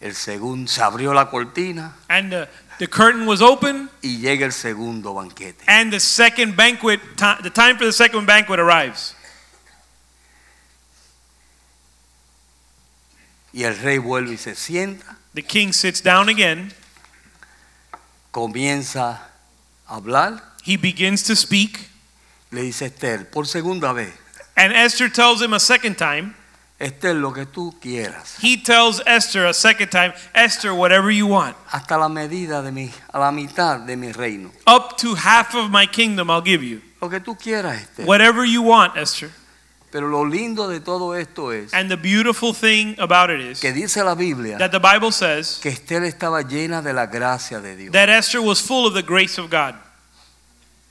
[SPEAKER 1] el segundo, se abrió la cortina
[SPEAKER 2] And the, the curtain was open,
[SPEAKER 1] y llega el segundo banquete.
[SPEAKER 2] and the second banquet, ti- the time for the second banquet arrives.
[SPEAKER 1] Y el rey vuelve y se sienta,
[SPEAKER 2] The king sits down again.
[SPEAKER 1] comienza a hablar,
[SPEAKER 2] He begins to speak,
[SPEAKER 1] le dice a Esther, por segunda vez,
[SPEAKER 2] and Esther tells him a second time.
[SPEAKER 1] Esther, lo que tú quieras,
[SPEAKER 2] He tells Esther a second time, Esther, whatever you want,
[SPEAKER 1] hasta la medida de mi, a la mitad de mi reino.
[SPEAKER 2] up to half of my kingdom I'll give you.
[SPEAKER 1] Lo que tú quieras, Esther.
[SPEAKER 2] Whatever you want, Esther.
[SPEAKER 1] Pero lo lindo de todo esto es
[SPEAKER 2] And the beautiful thing about it is
[SPEAKER 1] que dice la Biblia
[SPEAKER 2] that the Bible says
[SPEAKER 1] que Esther estaba llena de la gracia de Dios.
[SPEAKER 2] that Esther was full of the grace of God.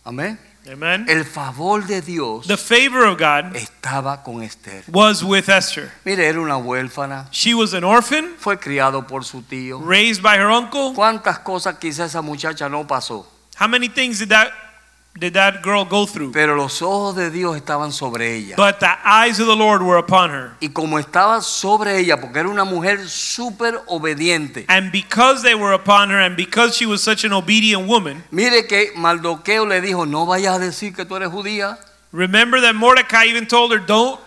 [SPEAKER 1] Amén.
[SPEAKER 2] Amen.
[SPEAKER 1] El favor de Dios
[SPEAKER 2] The favor of God
[SPEAKER 1] estaba con Esther.
[SPEAKER 2] was with Esther.
[SPEAKER 1] Mire, era una huérfana,
[SPEAKER 2] She was an orphan,
[SPEAKER 1] fue criado por su tío.
[SPEAKER 2] raised by her uncle.
[SPEAKER 1] ¿Cuántas cosas quizás esa muchacha no pasó?
[SPEAKER 2] How many things did that did that girl go through?
[SPEAKER 1] Pero los ojos de Dios estaban sobre ella.
[SPEAKER 2] But the eyes of the Lord were upon her.
[SPEAKER 1] Y como estaba sobre ella, porque era una mujer súper obediente.
[SPEAKER 2] And because they were upon her and because she was such an obedient woman,
[SPEAKER 1] Mire que Mardoqueo le dijo, no vayas a decir que tú eres judía.
[SPEAKER 2] remember that Mordecai even told her, "Don't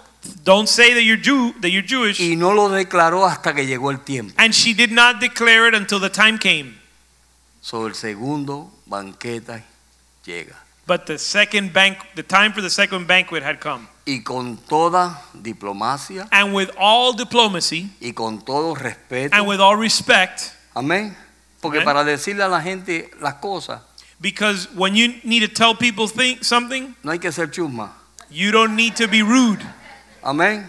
[SPEAKER 2] don't say that you're Jew, that you're Jewish."
[SPEAKER 1] Y no lo declaró hasta que llegó el tiempo.
[SPEAKER 2] And she did not declare it until the time came.
[SPEAKER 1] Sobre el segundo banquete llega.
[SPEAKER 2] But the second bank, the time for the second banquet had come.
[SPEAKER 1] y con toda diplomacia
[SPEAKER 2] And with all diplomacy
[SPEAKER 1] y con todo respeto.
[SPEAKER 2] and with all respect,
[SPEAKER 1] Amén. Porque
[SPEAKER 2] Ah, Amén.
[SPEAKER 1] para decirle a la gente las cosas,
[SPEAKER 2] because when you need to tell people think something,
[SPEAKER 1] no hay que ser chusma.
[SPEAKER 2] you don't need to be rude.
[SPEAKER 1] Amén.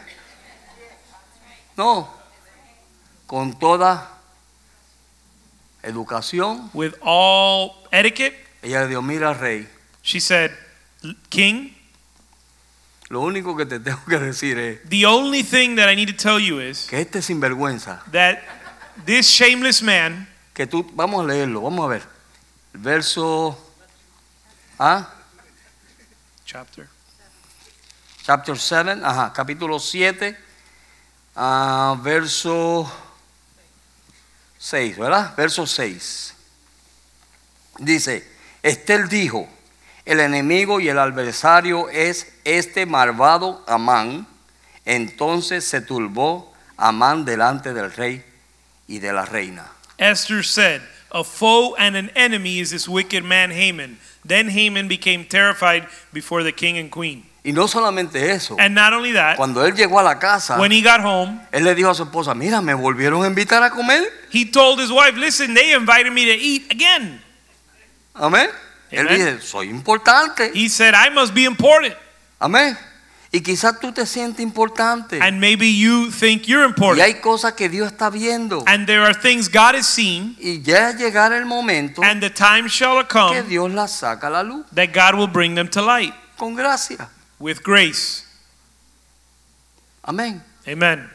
[SPEAKER 1] No. Con toda educación,
[SPEAKER 2] With all etiquette,
[SPEAKER 1] ella le dio, mira rey,
[SPEAKER 2] she said, King,
[SPEAKER 1] lo único que te tengo que decir es
[SPEAKER 2] the only thing that I need to tell you is
[SPEAKER 1] que este sinvergüenza,
[SPEAKER 2] that this shameless man,
[SPEAKER 1] que tú, vamos a leerlo, vamos a ver. Verso, ¿ah?
[SPEAKER 2] chapter,
[SPEAKER 1] Chapter 7, ajá, capítulo 7, ah, verso 6, ¿verdad? Verso 6. Dice, Estel dijo, el enemigo y el adversario es este malvado Amán. Entonces se turbó Amán delante del rey y de la reina.
[SPEAKER 2] Esther said, A foe and an enemy is this wicked man Haman. Then Haman became terrified before the king and queen.
[SPEAKER 1] Y no solamente eso,
[SPEAKER 2] And not only that,
[SPEAKER 1] cuando él llegó a la casa,
[SPEAKER 2] when he got home,
[SPEAKER 1] él le dijo a su esposa, mira, me volvieron a invitar a comer.
[SPEAKER 2] he told his wife, Listen, they invited me to eat again.
[SPEAKER 1] Amén. Él
[SPEAKER 2] Amén.
[SPEAKER 1] dice, soy importante.
[SPEAKER 2] He said, I must be important.
[SPEAKER 1] Amén. Y quizás tú te sientes importante.
[SPEAKER 2] And maybe you think you're
[SPEAKER 1] Y
[SPEAKER 2] important.
[SPEAKER 1] hay cosas que Dios está viendo.
[SPEAKER 2] And there are things God is seeing,
[SPEAKER 1] Y ya llegará el momento
[SPEAKER 2] and um, the time shall
[SPEAKER 1] que
[SPEAKER 2] come
[SPEAKER 1] Dios las saca a la luz
[SPEAKER 2] that God will bring them to light
[SPEAKER 1] con gracia.
[SPEAKER 2] with grace.
[SPEAKER 1] Amén.
[SPEAKER 2] Amen.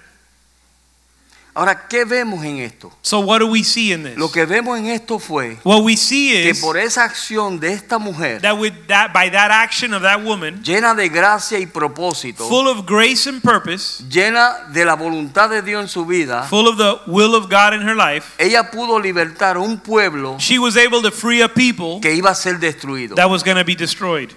[SPEAKER 1] Ahora, ¿qué vemos en esto?
[SPEAKER 2] So, what do we see in this?
[SPEAKER 1] Lo que vemos en esto fue
[SPEAKER 2] What we see
[SPEAKER 1] que
[SPEAKER 2] is
[SPEAKER 1] por esa acción de esta mujer,
[SPEAKER 2] that with that by that action of that woman,
[SPEAKER 1] llena de gracia y propósito,
[SPEAKER 2] full of grace and purpose,
[SPEAKER 1] llena de la voluntad de Dios en su vida,
[SPEAKER 2] full of the will of God in her life,
[SPEAKER 1] ella pudo libertar un pueblo
[SPEAKER 2] she was able to free a people
[SPEAKER 1] Ah. que iba a ser destruido.
[SPEAKER 2] that was going to be destroyed.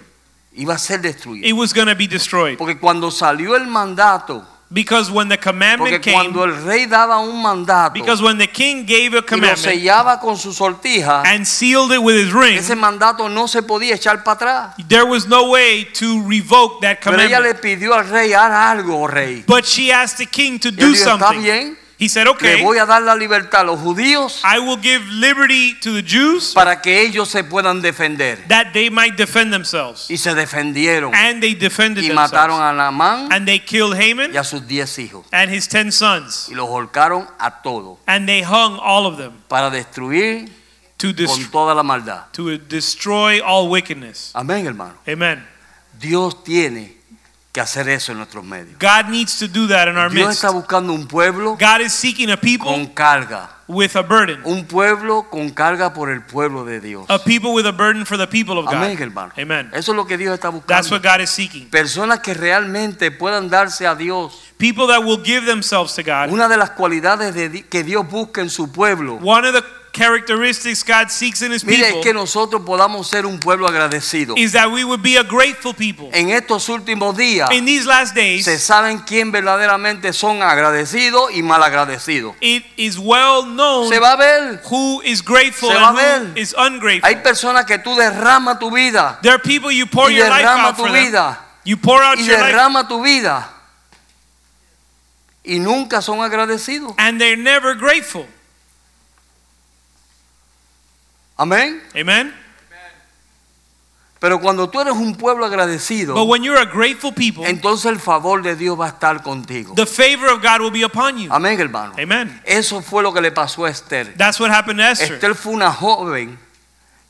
[SPEAKER 1] Iba a ser destruido.
[SPEAKER 2] It was going to be destroyed
[SPEAKER 1] Porque cuando salió el mandato
[SPEAKER 2] because when the
[SPEAKER 1] Porque
[SPEAKER 2] commandment
[SPEAKER 1] cuando
[SPEAKER 2] came,
[SPEAKER 1] el rey daba un mandato
[SPEAKER 2] because when the king gave a
[SPEAKER 1] y lo
[SPEAKER 2] commandment
[SPEAKER 1] sellaba con su sortija,
[SPEAKER 2] and sealed it with his ring,
[SPEAKER 1] ese mandato no se podía echar para atrás.
[SPEAKER 2] there was no way to revoke that
[SPEAKER 1] Pero ella le
[SPEAKER 2] commandment.
[SPEAKER 1] pidió al rey, haz algo, rey.
[SPEAKER 2] But she asked the king to
[SPEAKER 1] Y él
[SPEAKER 2] do
[SPEAKER 1] dijo, está
[SPEAKER 2] something.
[SPEAKER 1] bien,
[SPEAKER 2] He said,
[SPEAKER 1] le
[SPEAKER 2] "Okay,
[SPEAKER 1] voy a dar la libertad a los judíos
[SPEAKER 2] I will give liberty to the Jews
[SPEAKER 1] para que ellos se puedan defender.
[SPEAKER 2] that they might defend themselves."
[SPEAKER 1] Y se defendieron.
[SPEAKER 2] And they defended
[SPEAKER 1] Y mataron
[SPEAKER 2] themselves.
[SPEAKER 1] a Naamán
[SPEAKER 2] And they killed Haman
[SPEAKER 1] y a sus diez hijos.
[SPEAKER 2] and his 10 sons.
[SPEAKER 1] Y los horcaron a todos
[SPEAKER 2] And they hung all of them
[SPEAKER 1] para destruir
[SPEAKER 2] to
[SPEAKER 1] con
[SPEAKER 2] dest-
[SPEAKER 1] toda la maldad.
[SPEAKER 2] to destroy all wickedness.
[SPEAKER 1] Amén, hermano.
[SPEAKER 2] Amen.
[SPEAKER 1] Dios tiene que hacer eso en nuestros medios.
[SPEAKER 2] God needs to do that in our
[SPEAKER 1] Dios
[SPEAKER 2] midst.
[SPEAKER 1] está buscando un pueblo
[SPEAKER 2] God is seeking a people
[SPEAKER 1] con carga,
[SPEAKER 2] with a burden.
[SPEAKER 1] un pueblo con carga por el pueblo de Dios.
[SPEAKER 2] A people with a burden for the people of
[SPEAKER 1] Amén,
[SPEAKER 2] God.
[SPEAKER 1] hermano.
[SPEAKER 2] Amen.
[SPEAKER 1] Eso es lo que Dios está
[SPEAKER 2] That's
[SPEAKER 1] buscando.
[SPEAKER 2] what God is seeking.
[SPEAKER 1] Personas que realmente puedan darse a Dios.
[SPEAKER 2] People that will give themselves to God.
[SPEAKER 1] Una de las cualidades de Di- que Dios busca en su pueblo,
[SPEAKER 2] One of the characteristics God seeks in his
[SPEAKER 1] mire, es que
[SPEAKER 2] people
[SPEAKER 1] nosotros podamos ser un pueblo agradecido.
[SPEAKER 2] is that we would be a grateful people.
[SPEAKER 1] En estos últimos días
[SPEAKER 2] In these last
[SPEAKER 1] ah, se
[SPEAKER 2] days,
[SPEAKER 1] saben quién verdaderamente son agradecidos y malagradecidos.
[SPEAKER 2] it is well known
[SPEAKER 1] Se va a ver.
[SPEAKER 2] who is grateful
[SPEAKER 1] Se va a
[SPEAKER 2] and who
[SPEAKER 1] ver.
[SPEAKER 2] is ungrateful.
[SPEAKER 1] Hay personas que tú derrama tu vida
[SPEAKER 2] There are people you pour
[SPEAKER 1] y
[SPEAKER 2] your life
[SPEAKER 1] derrama
[SPEAKER 2] out
[SPEAKER 1] tu
[SPEAKER 2] for them.
[SPEAKER 1] vida.
[SPEAKER 2] You pour out
[SPEAKER 1] y
[SPEAKER 2] your life,
[SPEAKER 1] derrama tu vida y nunca son agradecidos.
[SPEAKER 2] and they're never grateful.
[SPEAKER 1] Amén.
[SPEAKER 2] Amen.
[SPEAKER 1] Pero cuando tú eres un pueblo agradecido,
[SPEAKER 2] But when you're a grateful people,
[SPEAKER 1] entonces el favor de Dios va a estar contigo.
[SPEAKER 2] the favor of God will be upon you.
[SPEAKER 1] Amén, hermano.
[SPEAKER 2] Amen.
[SPEAKER 1] Eso fue lo que le pasó a Esther.
[SPEAKER 2] That's what happened to Esther.
[SPEAKER 1] Esther fue una joven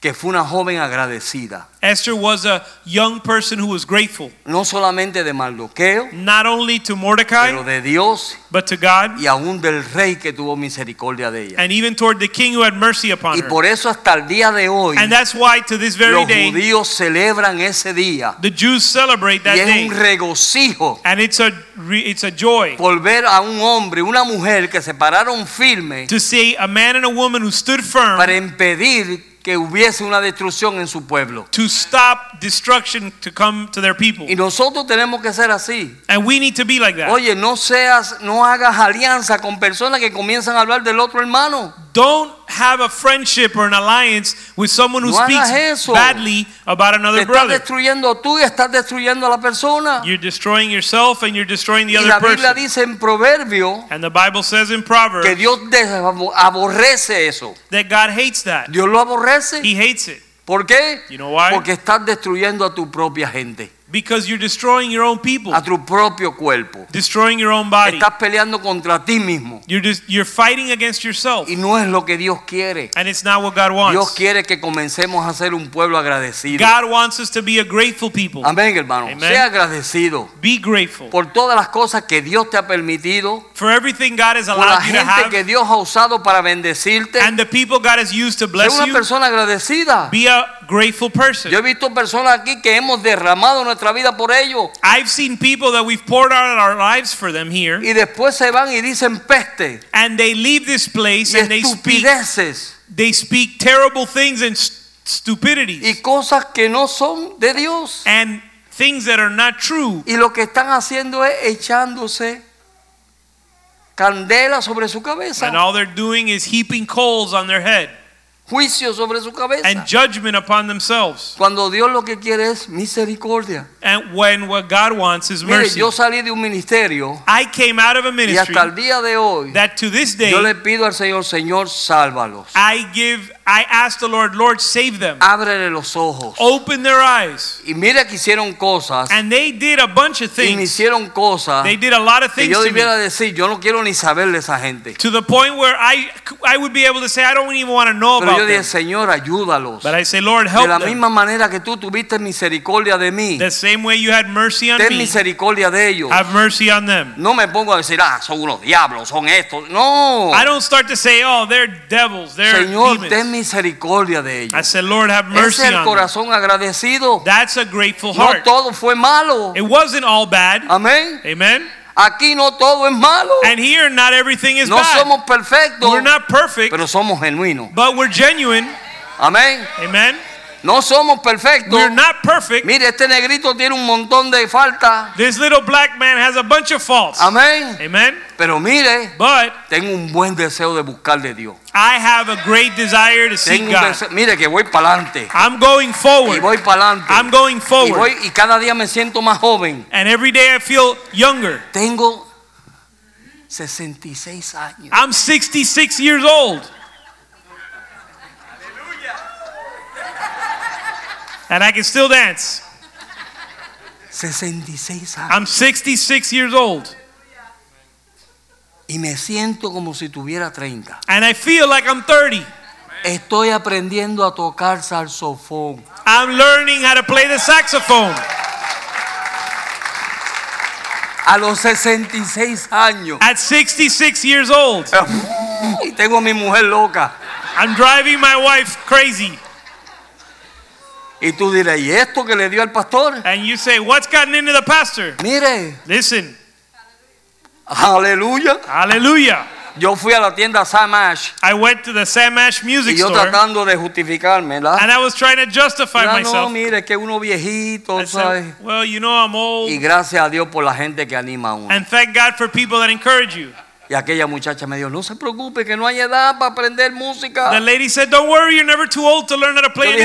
[SPEAKER 1] que fue una joven agradecida,
[SPEAKER 2] Esther was a young person who was grateful,
[SPEAKER 1] no solamente de Mardoqueo,
[SPEAKER 2] not only to Mordecai,
[SPEAKER 1] pero de Dios
[SPEAKER 2] but to God,
[SPEAKER 1] y aún del rey que tuvo misericordia de ella.
[SPEAKER 2] and even toward the king who had mercy upon
[SPEAKER 1] Y
[SPEAKER 2] her.
[SPEAKER 1] por eso hasta el día de hoy
[SPEAKER 2] And that's why to this very
[SPEAKER 1] los
[SPEAKER 2] day,
[SPEAKER 1] judíos celebran ese día
[SPEAKER 2] the Jews celebrate that
[SPEAKER 1] y es un
[SPEAKER 2] day.
[SPEAKER 1] regocijo.
[SPEAKER 2] And it's a, re- it's a joy
[SPEAKER 1] por ver a un hombre y una mujer que se pararon firme
[SPEAKER 2] to see a man and a woman who stood
[SPEAKER 1] para
[SPEAKER 2] firm
[SPEAKER 1] impedir que hubiese una destrucción en su pueblo.
[SPEAKER 2] to stop destruction to come to their people.
[SPEAKER 1] Y nosotros tenemos que ser así.
[SPEAKER 2] And we need to be like that.
[SPEAKER 1] Oye, no seas, no hagas alianza con personas que comienzan a hablar del otro hermano.
[SPEAKER 2] Don't have a friendship or an alliance with someone who
[SPEAKER 1] No hagas
[SPEAKER 2] speaks
[SPEAKER 1] eso.
[SPEAKER 2] badly about
[SPEAKER 1] Te
[SPEAKER 2] another
[SPEAKER 1] estás
[SPEAKER 2] brother.
[SPEAKER 1] destruyendo tú y estás destruyendo a la persona.
[SPEAKER 2] You're destroying yourself and you're destroying
[SPEAKER 1] Y
[SPEAKER 2] the
[SPEAKER 1] la
[SPEAKER 2] other
[SPEAKER 1] Biblia
[SPEAKER 2] person.
[SPEAKER 1] dice en Proverbio
[SPEAKER 2] And the Bible says in
[SPEAKER 1] que
[SPEAKER 2] Proverbs
[SPEAKER 1] Dios desabo- aborrece eso.
[SPEAKER 2] that God hates that.
[SPEAKER 1] Dios lo aborrece.
[SPEAKER 2] He hates it
[SPEAKER 1] ¿Por qué?
[SPEAKER 2] You know why?
[SPEAKER 1] Porque estás destruyendo a tu propia gente,
[SPEAKER 2] because you're destroying your own people,
[SPEAKER 1] a tu propio cuerpo.
[SPEAKER 2] destroying your own body.
[SPEAKER 1] Estás peleando contra ti mismo.
[SPEAKER 2] You're just you're fighting against yourself,
[SPEAKER 1] Y no es lo que Dios quiere.
[SPEAKER 2] and it's not what God
[SPEAKER 1] Dios
[SPEAKER 2] wants.
[SPEAKER 1] quiere que comencemos a ser un pueblo agradecido.
[SPEAKER 2] God wants us to be a grateful people.
[SPEAKER 1] Amén, hermano.
[SPEAKER 2] Amen.
[SPEAKER 1] Sea agradecido
[SPEAKER 2] Be grateful
[SPEAKER 1] por todas las cosas que Dios te ha permitido,
[SPEAKER 2] for everything God has
[SPEAKER 1] por la
[SPEAKER 2] allowed you to
[SPEAKER 1] gente que
[SPEAKER 2] have,
[SPEAKER 1] Dios ha usado para bendecirte.
[SPEAKER 2] and the people God has used to
[SPEAKER 1] Sé
[SPEAKER 2] bless
[SPEAKER 1] una
[SPEAKER 2] you.
[SPEAKER 1] persona agradecida.
[SPEAKER 2] Be a grateful person.
[SPEAKER 1] Yo he visto personas aquí que hemos derramado nuestra vida por ellos
[SPEAKER 2] I've seen people that we've poured out our lives for them here,
[SPEAKER 1] y después se van y dicen peste
[SPEAKER 2] and they leave this place
[SPEAKER 1] y
[SPEAKER 2] and they speak
[SPEAKER 1] estupideces
[SPEAKER 2] they speak terrible things and st- stupidities
[SPEAKER 1] y cosas que no son de Dios.
[SPEAKER 2] and things that are not true.
[SPEAKER 1] Y lo que están haciendo es echándose candela sobre su cabeza,
[SPEAKER 2] And all they're doing is heaping coals on their head
[SPEAKER 1] juicio sobre su cabeza.
[SPEAKER 2] and judgment upon themselves.
[SPEAKER 1] Cuando Dios lo que quiere es misericordia.
[SPEAKER 2] And when what God wants is
[SPEAKER 1] Mire,
[SPEAKER 2] mercy.
[SPEAKER 1] yo salí de un ministerio
[SPEAKER 2] I came out of a
[SPEAKER 1] y
[SPEAKER 2] ministry
[SPEAKER 1] hasta el día de hoy
[SPEAKER 2] that to this day
[SPEAKER 1] yo le pido al Señor, Señor, sálvalos.
[SPEAKER 2] I give I ask the Lord, Lord, save them.
[SPEAKER 1] Ábrele los ojos.
[SPEAKER 2] Open their eyes.
[SPEAKER 1] Y mira que hicieron cosas
[SPEAKER 2] And they did a bunch of
[SPEAKER 1] y me
[SPEAKER 2] things.
[SPEAKER 1] hicieron cosas
[SPEAKER 2] They did a lot of
[SPEAKER 1] que
[SPEAKER 2] things
[SPEAKER 1] yo
[SPEAKER 2] to
[SPEAKER 1] debiera
[SPEAKER 2] me.
[SPEAKER 1] decir, yo no quiero ni saber de esa gente.
[SPEAKER 2] To the point where I I would be able to say I don't even want to know
[SPEAKER 1] Pero yo
[SPEAKER 2] about
[SPEAKER 1] dije,
[SPEAKER 2] them.
[SPEAKER 1] Señor, ayúdalos.
[SPEAKER 2] But I say, Lord,
[SPEAKER 1] De
[SPEAKER 2] help
[SPEAKER 1] la
[SPEAKER 2] them.
[SPEAKER 1] misma manera que tú tuviste misericordia de mí,
[SPEAKER 2] The same way you had mercy on
[SPEAKER 1] ten
[SPEAKER 2] me,
[SPEAKER 1] misericordia de ellos.
[SPEAKER 2] have mercy on them.
[SPEAKER 1] No me pongo a decir, ah, son unos diablos, son estos. No.
[SPEAKER 2] I don't start to say, oh, they're devils, they're
[SPEAKER 1] Señor, ten
[SPEAKER 2] demons.
[SPEAKER 1] misericordia de
[SPEAKER 2] I
[SPEAKER 1] ellos.
[SPEAKER 2] said, Lord, have
[SPEAKER 1] Ese
[SPEAKER 2] mercy
[SPEAKER 1] es el
[SPEAKER 2] on them.
[SPEAKER 1] corazón agradecido.
[SPEAKER 2] That's a grateful
[SPEAKER 1] No
[SPEAKER 2] heart.
[SPEAKER 1] todo Ah. fue malo.
[SPEAKER 2] It wasn't all bad.
[SPEAKER 1] Amén.
[SPEAKER 2] Amen.
[SPEAKER 1] Aquí no todo es malo.
[SPEAKER 2] And here, not everything is
[SPEAKER 1] No
[SPEAKER 2] bad.
[SPEAKER 1] somos perfectos,
[SPEAKER 2] We're not perfect,
[SPEAKER 1] pero somos genuinos.
[SPEAKER 2] but we're genuine.
[SPEAKER 1] Amén.
[SPEAKER 2] Amen.
[SPEAKER 1] No somos perfectos.
[SPEAKER 2] We're not perfect.
[SPEAKER 1] Mire, este negrito tiene un montón de faltas.
[SPEAKER 2] This little black man has a bunch of faults.
[SPEAKER 1] Amén.
[SPEAKER 2] Amen.
[SPEAKER 1] Pero mire,
[SPEAKER 2] But
[SPEAKER 1] tengo un buen deseo de buscar de Dios.
[SPEAKER 2] I have a great desire to see
[SPEAKER 1] Tengo un
[SPEAKER 2] God.
[SPEAKER 1] deseo- mire que voy para adelante.
[SPEAKER 2] I'm going
[SPEAKER 1] Y
[SPEAKER 2] forward.
[SPEAKER 1] voy para adelante.
[SPEAKER 2] I'm going
[SPEAKER 1] Y
[SPEAKER 2] forward.
[SPEAKER 1] voy y cada día me siento más joven.
[SPEAKER 2] And every day I feel younger.
[SPEAKER 1] Tengo 66 años.
[SPEAKER 2] I'm 66 years old. And I can still dance. Ah.
[SPEAKER 1] 66 años.
[SPEAKER 2] I'm 66 years old.
[SPEAKER 1] Y me siento como si tuviera 30.
[SPEAKER 2] And I feel like I'm 30.
[SPEAKER 1] Estoy aprendiendo a tocar saxofón.
[SPEAKER 2] I'm learning how to play the saxophone.
[SPEAKER 1] A los 66 años.
[SPEAKER 2] At 66 years old,
[SPEAKER 1] Y tengo a mi mujer loca.
[SPEAKER 2] I'm driving my wife crazy.
[SPEAKER 1] Y tú dirás, ¿y esto que le dio al pastor?
[SPEAKER 2] And you say, What's gotten into the pastor?
[SPEAKER 1] Mire,
[SPEAKER 2] Listen,
[SPEAKER 1] aleluya.
[SPEAKER 2] hallelujah.
[SPEAKER 1] Yo fui a la tienda Sam Ash
[SPEAKER 2] I went to the Sam Ash
[SPEAKER 1] y
[SPEAKER 2] music
[SPEAKER 1] yo
[SPEAKER 2] store
[SPEAKER 1] tratando de justificarme, ¿verdad?
[SPEAKER 2] and I was trying to justify
[SPEAKER 1] Ah, no,
[SPEAKER 2] myself.
[SPEAKER 1] mire, que uno
[SPEAKER 2] I
[SPEAKER 1] viejito, ¿sabes?
[SPEAKER 2] said, Well, you know, I'm old.
[SPEAKER 1] Y gracias a Dios por la gente que anima a uno.
[SPEAKER 2] And thank God for people that encourage you.
[SPEAKER 1] Y aquella muchacha me dijo, no se preocupe, que no hay edad para aprender música.
[SPEAKER 2] The lady said, Don't worry, you're never too old to learn how
[SPEAKER 1] Ah.
[SPEAKER 2] to
[SPEAKER 1] Yo
[SPEAKER 2] play an
[SPEAKER 1] dije,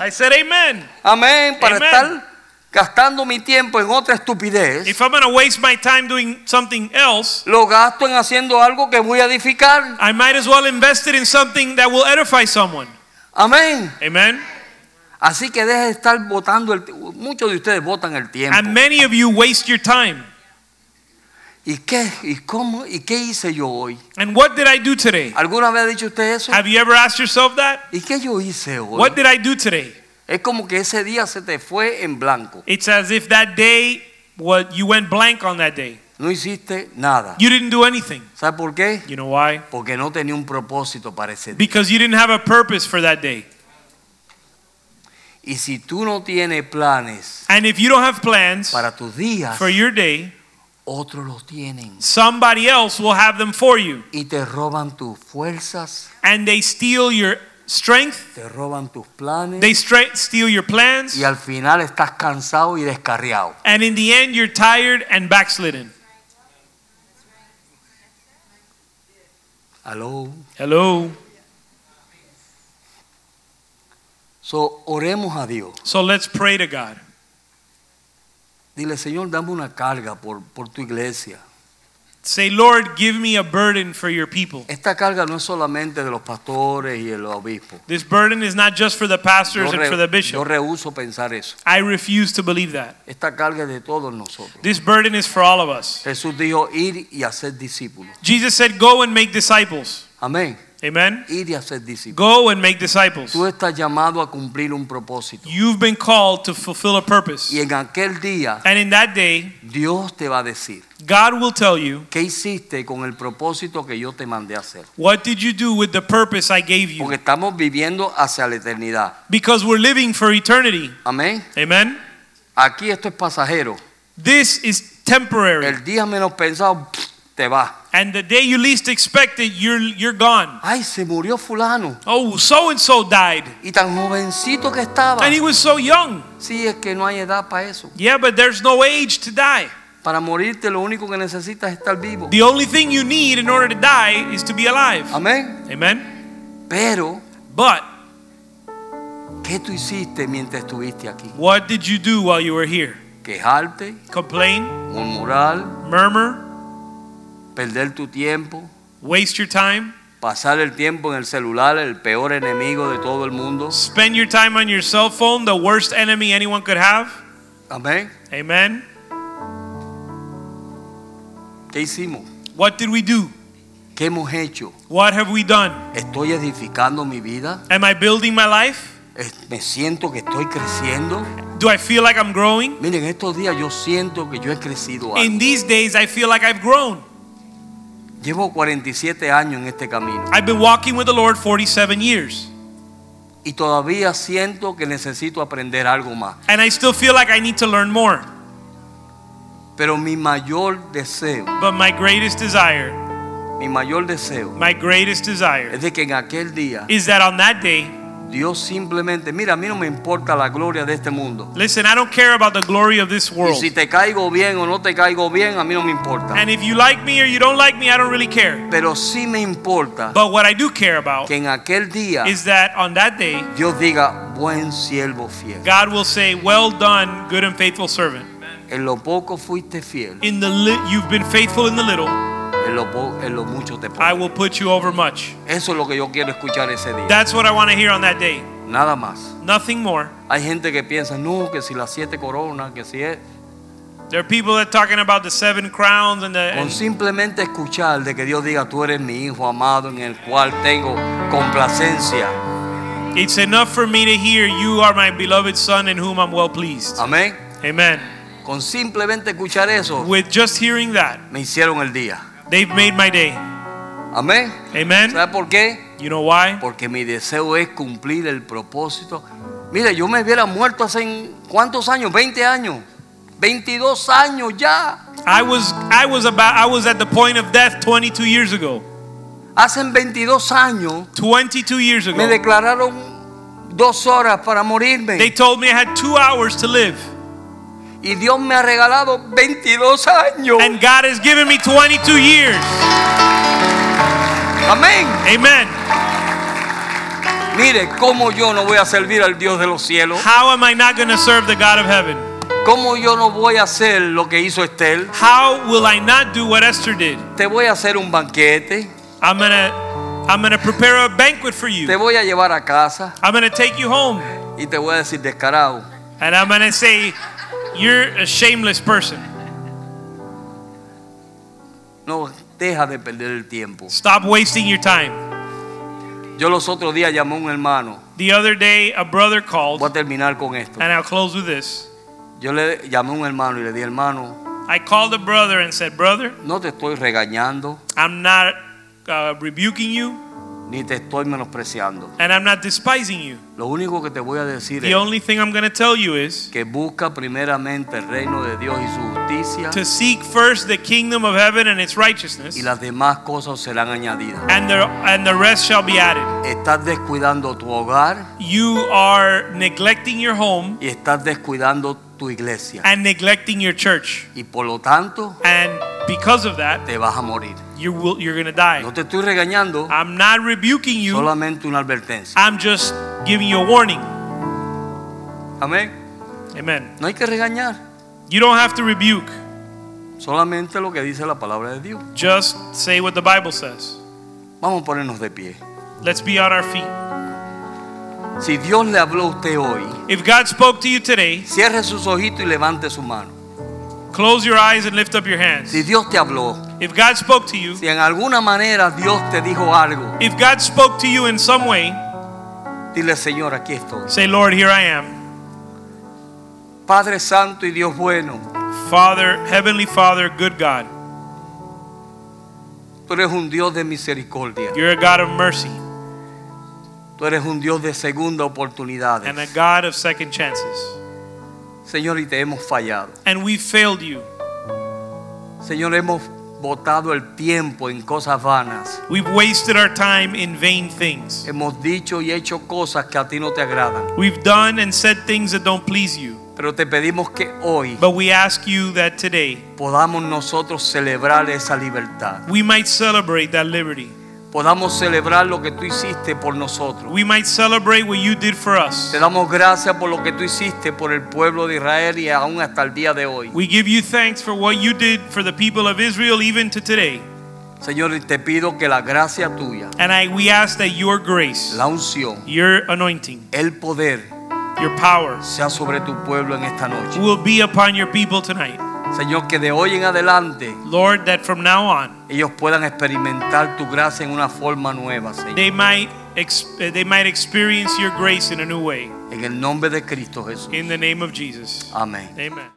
[SPEAKER 1] amén,
[SPEAKER 2] I said, Amen.
[SPEAKER 1] amén, para
[SPEAKER 2] Amen.
[SPEAKER 1] estar gastando mi tiempo en otra estupidez,
[SPEAKER 2] If I'm going to waste my time doing something else,
[SPEAKER 1] lo gasto en haciendo algo que voy a edificar.
[SPEAKER 2] I might as well invest it in something that will edify someone.
[SPEAKER 1] Amén.
[SPEAKER 2] Amen.
[SPEAKER 1] Así que deje de estar votando el tiempo. Muchos de ustedes votan el tiempo.
[SPEAKER 2] And many of you waste your time.
[SPEAKER 1] ¿Y qué? ¿Y cómo? ¿Y qué hice yo hoy?
[SPEAKER 2] And what did I do today?
[SPEAKER 1] ¿Alguna vez ha dicho usted eso?
[SPEAKER 2] Have you ever asked yourself that?
[SPEAKER 1] ¿Y qué yo hice hoy?
[SPEAKER 2] What did I do today?
[SPEAKER 1] Es como que ese día se te fue en blanco.
[SPEAKER 2] It's as if that day, what you went blank on that day.
[SPEAKER 1] No hiciste nada.
[SPEAKER 2] You didn't do anything.
[SPEAKER 1] ¿Sabe por qué?
[SPEAKER 2] You know why?
[SPEAKER 1] Porque no tenía un propósito para ese día.
[SPEAKER 2] Because you didn't have a purpose for that day.
[SPEAKER 1] Y si tú no tienes planes
[SPEAKER 2] And if you don't have plans
[SPEAKER 1] para tus días,
[SPEAKER 2] for your day,
[SPEAKER 1] otros los tienen.
[SPEAKER 2] somebody else will have them for you.
[SPEAKER 1] Y te roban tus fuerzas,
[SPEAKER 2] And they steal your strength,
[SPEAKER 1] te roban tus planes.
[SPEAKER 2] they stra- steal your plans,
[SPEAKER 1] Y al final estás cansado y descarriado.
[SPEAKER 2] and in the end, you're tired and backslidden.
[SPEAKER 1] Aló.
[SPEAKER 2] Hello.
[SPEAKER 1] So, oremos a Dios.
[SPEAKER 2] So let's pray to God.
[SPEAKER 1] Dile, Señor, dame una carga por, por tu iglesia.
[SPEAKER 2] Say, Lord, give me a burden for your people.
[SPEAKER 1] Esta carga no es solamente de los pastores y el obispo.
[SPEAKER 2] This burden is not just for the pastors
[SPEAKER 1] Yo,
[SPEAKER 2] and
[SPEAKER 1] re-
[SPEAKER 2] for the
[SPEAKER 1] yo
[SPEAKER 2] bishop.
[SPEAKER 1] rehuso pensar eso.
[SPEAKER 2] I refuse to believe that.
[SPEAKER 1] Esta carga es de todos nosotros.
[SPEAKER 2] This burden is for all of us.
[SPEAKER 1] Jesús dijo ir y hacer discípulos.
[SPEAKER 2] Jesus said, Go and make disciples.
[SPEAKER 1] Amén.
[SPEAKER 2] Amen.
[SPEAKER 1] Ir y hacer discípulos.
[SPEAKER 2] Go and make disciples.
[SPEAKER 1] Tú estás llamado a cumplir un propósito.
[SPEAKER 2] You've been called to fulfill a purpose.
[SPEAKER 1] Y en aquel día
[SPEAKER 2] And in that day,
[SPEAKER 1] Dios te va a decir,
[SPEAKER 2] God will tell you,
[SPEAKER 1] ¿qué hiciste con el propósito que yo te mandé a hacer?
[SPEAKER 2] What did you do with the purpose I gave you?
[SPEAKER 1] Porque estamos viviendo hacia la eternidad.
[SPEAKER 2] Because we're living for eternity.
[SPEAKER 1] Amén.
[SPEAKER 2] Amen.
[SPEAKER 1] Aquí esto es pasajero.
[SPEAKER 2] This is temporary.
[SPEAKER 1] El día menos pensado pff, te va.
[SPEAKER 2] And the day you least expect it, you're, you're gone.
[SPEAKER 1] Ay, se murió fulano.
[SPEAKER 2] Oh, so and so died.
[SPEAKER 1] Y tan jovencito que estaba.
[SPEAKER 2] And he was so young.
[SPEAKER 1] Sí, es que no hay edad para eso.
[SPEAKER 2] Yeah, but there's no age to die.
[SPEAKER 1] Para morirte lo único que necesitas es estar vivo.
[SPEAKER 2] The only thing you need in order to die is to be alive.
[SPEAKER 1] Amén.
[SPEAKER 2] Amen.
[SPEAKER 1] Pero,
[SPEAKER 2] But
[SPEAKER 1] ¿qué tú hiciste mientras estuviste aquí?
[SPEAKER 2] what did you do while you were here?
[SPEAKER 1] Quejarte,
[SPEAKER 2] Complain,
[SPEAKER 1] murmurar,
[SPEAKER 2] murmur,
[SPEAKER 1] perder tu tiempo,
[SPEAKER 2] waste your time,
[SPEAKER 1] pasar el tiempo en el celular, el peor enemigo de todo el mundo.
[SPEAKER 2] spend your time on your cell phone, the worst enemy anyone could have?
[SPEAKER 1] Amén.
[SPEAKER 2] Amen.
[SPEAKER 1] ¿Qué hicimos?
[SPEAKER 2] What did we do?
[SPEAKER 1] ¿Qué hemos hecho?
[SPEAKER 2] What have we done?
[SPEAKER 1] ¿Estoy edificando mi vida?
[SPEAKER 2] Am I building my life?
[SPEAKER 1] Es- ¿Me siento que estoy creciendo?
[SPEAKER 2] Do I feel like I'm growing?
[SPEAKER 1] Miren, estos días yo siento que yo he crecido algo.
[SPEAKER 2] In these days, I feel like I've grown.
[SPEAKER 1] Llevo 47 años en este camino
[SPEAKER 2] I've been walking with the Lord 47 years,
[SPEAKER 1] y todavía siento que necesito aprender algo más.
[SPEAKER 2] and I still feel like I need to learn more.
[SPEAKER 1] Pero mi mayor deseo,
[SPEAKER 2] But my greatest desire,
[SPEAKER 1] mi mayor deseo
[SPEAKER 2] my greatest desire,
[SPEAKER 1] es de que en aquel día
[SPEAKER 2] is that on that day,
[SPEAKER 1] Dios simplemente, mira, a mí no me importa la gloria de este mundo.
[SPEAKER 2] listen, I don't care about the glory of this
[SPEAKER 1] Y
[SPEAKER 2] world.
[SPEAKER 1] si te caigo bien o no te caigo bien, a mí no me importa.
[SPEAKER 2] And if you like me or you don't like me, I don't really care.
[SPEAKER 1] Pero sí me importa
[SPEAKER 2] But what I do care about
[SPEAKER 1] que en aquel día
[SPEAKER 2] is that on that day,
[SPEAKER 1] Dios diga, buen siervo fiel.
[SPEAKER 2] God will say, "Well done, good and faithful servant.
[SPEAKER 1] En lo poco fuiste fiel,
[SPEAKER 2] In the li- you've been faithful in the little,
[SPEAKER 1] en lo, po- en lo mucho te
[SPEAKER 2] I
[SPEAKER 1] pongo.
[SPEAKER 2] will put you over much."
[SPEAKER 1] Eso es lo que yo quiero escuchar ese día.
[SPEAKER 2] That's what I want to hear on that day.
[SPEAKER 1] Nada más.
[SPEAKER 2] Nothing more.
[SPEAKER 1] Hay gente que piensa, no, que si las siete coronas, que si es...
[SPEAKER 2] There are people that are talking about the seven crowns and the
[SPEAKER 1] Con
[SPEAKER 2] and,
[SPEAKER 1] simplemente escuchar de que Dios diga, tú eres mi hijo amado en el cual tengo complacencia.
[SPEAKER 2] it's enough for me to hear you are my beloved son in whom I'm well pleased.
[SPEAKER 1] Amén.
[SPEAKER 2] Amen.
[SPEAKER 1] Con simplemente escuchar eso,
[SPEAKER 2] With just hearing that,
[SPEAKER 1] me hicieron el día.
[SPEAKER 2] they've made my day.
[SPEAKER 1] Amén.
[SPEAKER 2] Amen.
[SPEAKER 1] ¿Sabe por qué?
[SPEAKER 2] You know why?
[SPEAKER 1] Porque mi deseo es cumplir el propósito. Mire, yo me hubiera muerto hace cuántos años, 20 años, 22 años ya.
[SPEAKER 2] I was I was about I was at the point of death 22 years ago.
[SPEAKER 1] Hace 22 años
[SPEAKER 2] 22 years
[SPEAKER 1] me
[SPEAKER 2] ago.
[SPEAKER 1] declararon dos horas para
[SPEAKER 2] They
[SPEAKER 1] morirme
[SPEAKER 2] told me I had 2 hours to live
[SPEAKER 1] y Dios me ha regalado 22 años.
[SPEAKER 2] and God has given me 22 years.
[SPEAKER 1] Amén.
[SPEAKER 2] Amen.
[SPEAKER 1] Mire, ¿cómo yo no voy a servir al Dios de los cielos?
[SPEAKER 2] How am I not going to serve the God of heaven?
[SPEAKER 1] ¿Cómo yo no voy a hacer lo que hizo Estel?
[SPEAKER 2] How will I not do what Esther did?
[SPEAKER 1] Te voy a hacer un banquete,
[SPEAKER 2] I'm gonna I'm gonna prepare a banquet for
[SPEAKER 1] te
[SPEAKER 2] you.
[SPEAKER 1] voy a llevar a casa
[SPEAKER 2] I'm gonna take you home.
[SPEAKER 1] y te voy a decir descarado.
[SPEAKER 2] And I'm gonna say, You're a shameless person.
[SPEAKER 1] No, deja de perder el tiempo.
[SPEAKER 2] Stop wasting your time.
[SPEAKER 1] Yo los otros días llamé a un hermano,
[SPEAKER 2] The other day a brother called,
[SPEAKER 1] voy a terminar con esto.
[SPEAKER 2] and I'll close with this.
[SPEAKER 1] Yo le llamé a un hermano y le dije, hermano,
[SPEAKER 2] I called a brother and said, Brother,
[SPEAKER 1] no te estoy regañando
[SPEAKER 2] I'm not uh, rebuking you
[SPEAKER 1] ni te estoy menospreciando.
[SPEAKER 2] and I'm not despising you.
[SPEAKER 1] Lo único que te voy a decir
[SPEAKER 2] The
[SPEAKER 1] es
[SPEAKER 2] only thing I'm gonna tell you is
[SPEAKER 1] que busca primeramente el reino de Dios y su justicia
[SPEAKER 2] to seek first the kingdom of heaven and its righteousness,
[SPEAKER 1] y las demás cosas serán añadidas.
[SPEAKER 2] and the, and the rest shall be added.
[SPEAKER 1] Estás descuidando tu hogar
[SPEAKER 2] You are neglecting your home
[SPEAKER 1] y estás descuidando tu iglesia.
[SPEAKER 2] and neglecting your church.
[SPEAKER 1] Y por lo tanto,
[SPEAKER 2] and because of that
[SPEAKER 1] te vas a morir.
[SPEAKER 2] you will you're gonna die
[SPEAKER 1] No te estoy regañando,
[SPEAKER 2] i'm not rebuking you
[SPEAKER 1] solamente una advertencia.
[SPEAKER 2] i'm just giving you a warning
[SPEAKER 1] Amén.
[SPEAKER 2] Amen.
[SPEAKER 1] No hay que regañar,
[SPEAKER 2] You don't have to rebuke.
[SPEAKER 1] solamente lo que dice la palabra de Dios.
[SPEAKER 2] Just say what the Bible says.
[SPEAKER 1] Vamos a ponernos de pie.
[SPEAKER 2] Let's be on our feet.
[SPEAKER 1] Si Dios le habló a usted hoy,
[SPEAKER 2] If God spoke to you today,
[SPEAKER 1] cierre sus ojitos y levante su mano.
[SPEAKER 2] close your eyes and lift up your hands.
[SPEAKER 1] Si Dios te habló,
[SPEAKER 2] If God spoke to you,
[SPEAKER 1] si en alguna manera Dios te dijo algo,
[SPEAKER 2] if God spoke to you in some way,
[SPEAKER 1] dile Señor, aquí estoy.
[SPEAKER 2] say, Lord, here I am.
[SPEAKER 1] Padre Santo y Dios bueno,
[SPEAKER 2] Father, Heavenly Father, good God,
[SPEAKER 1] tú eres un Dios de misericordia.
[SPEAKER 2] you're a God of mercy
[SPEAKER 1] Tú eres un Dios de segunda oportunidad.
[SPEAKER 2] and a God of second chances.
[SPEAKER 1] Señor, y te hemos fallado.
[SPEAKER 2] And we failed you.
[SPEAKER 1] Señor, hemos botado el tiempo en cosas vanas.
[SPEAKER 2] We've wasted our time in vain things.
[SPEAKER 1] Hemos dicho y hecho cosas que a ti no te agradan.
[SPEAKER 2] We've done and said things that don't please you.
[SPEAKER 1] Pero te pedimos que hoy
[SPEAKER 2] But we ask you that today
[SPEAKER 1] podamos nosotros celebrar esa libertad.
[SPEAKER 2] we might celebrate that liberty.
[SPEAKER 1] Podamos celebrar lo que tú hiciste por nosotros.
[SPEAKER 2] We might celebrate what you did for us.
[SPEAKER 1] Te damos gracias por lo que tú hiciste por el pueblo de Israel y aún hasta el día de hoy.
[SPEAKER 2] We give you thanks for what you did for the people of Israel even to today.
[SPEAKER 1] Señor, y te pido que la gracia tuya,
[SPEAKER 2] And I we ask that your grace,
[SPEAKER 1] la unción,
[SPEAKER 2] your anointing,
[SPEAKER 1] el poder
[SPEAKER 2] your power
[SPEAKER 1] sea sobre tu pueblo en esta noche.
[SPEAKER 2] will be upon your people tonight.
[SPEAKER 1] Señor, que de hoy en adelante
[SPEAKER 2] Lord, that from now on
[SPEAKER 1] ellos puedan experimentar tu gracia en una forma nueva, Señor.
[SPEAKER 2] they might ex- they might experience your grace in a new way
[SPEAKER 1] En el nombre de Cristo Jesús.
[SPEAKER 2] in the name of Jesus.
[SPEAKER 1] Amén.
[SPEAKER 2] Amen.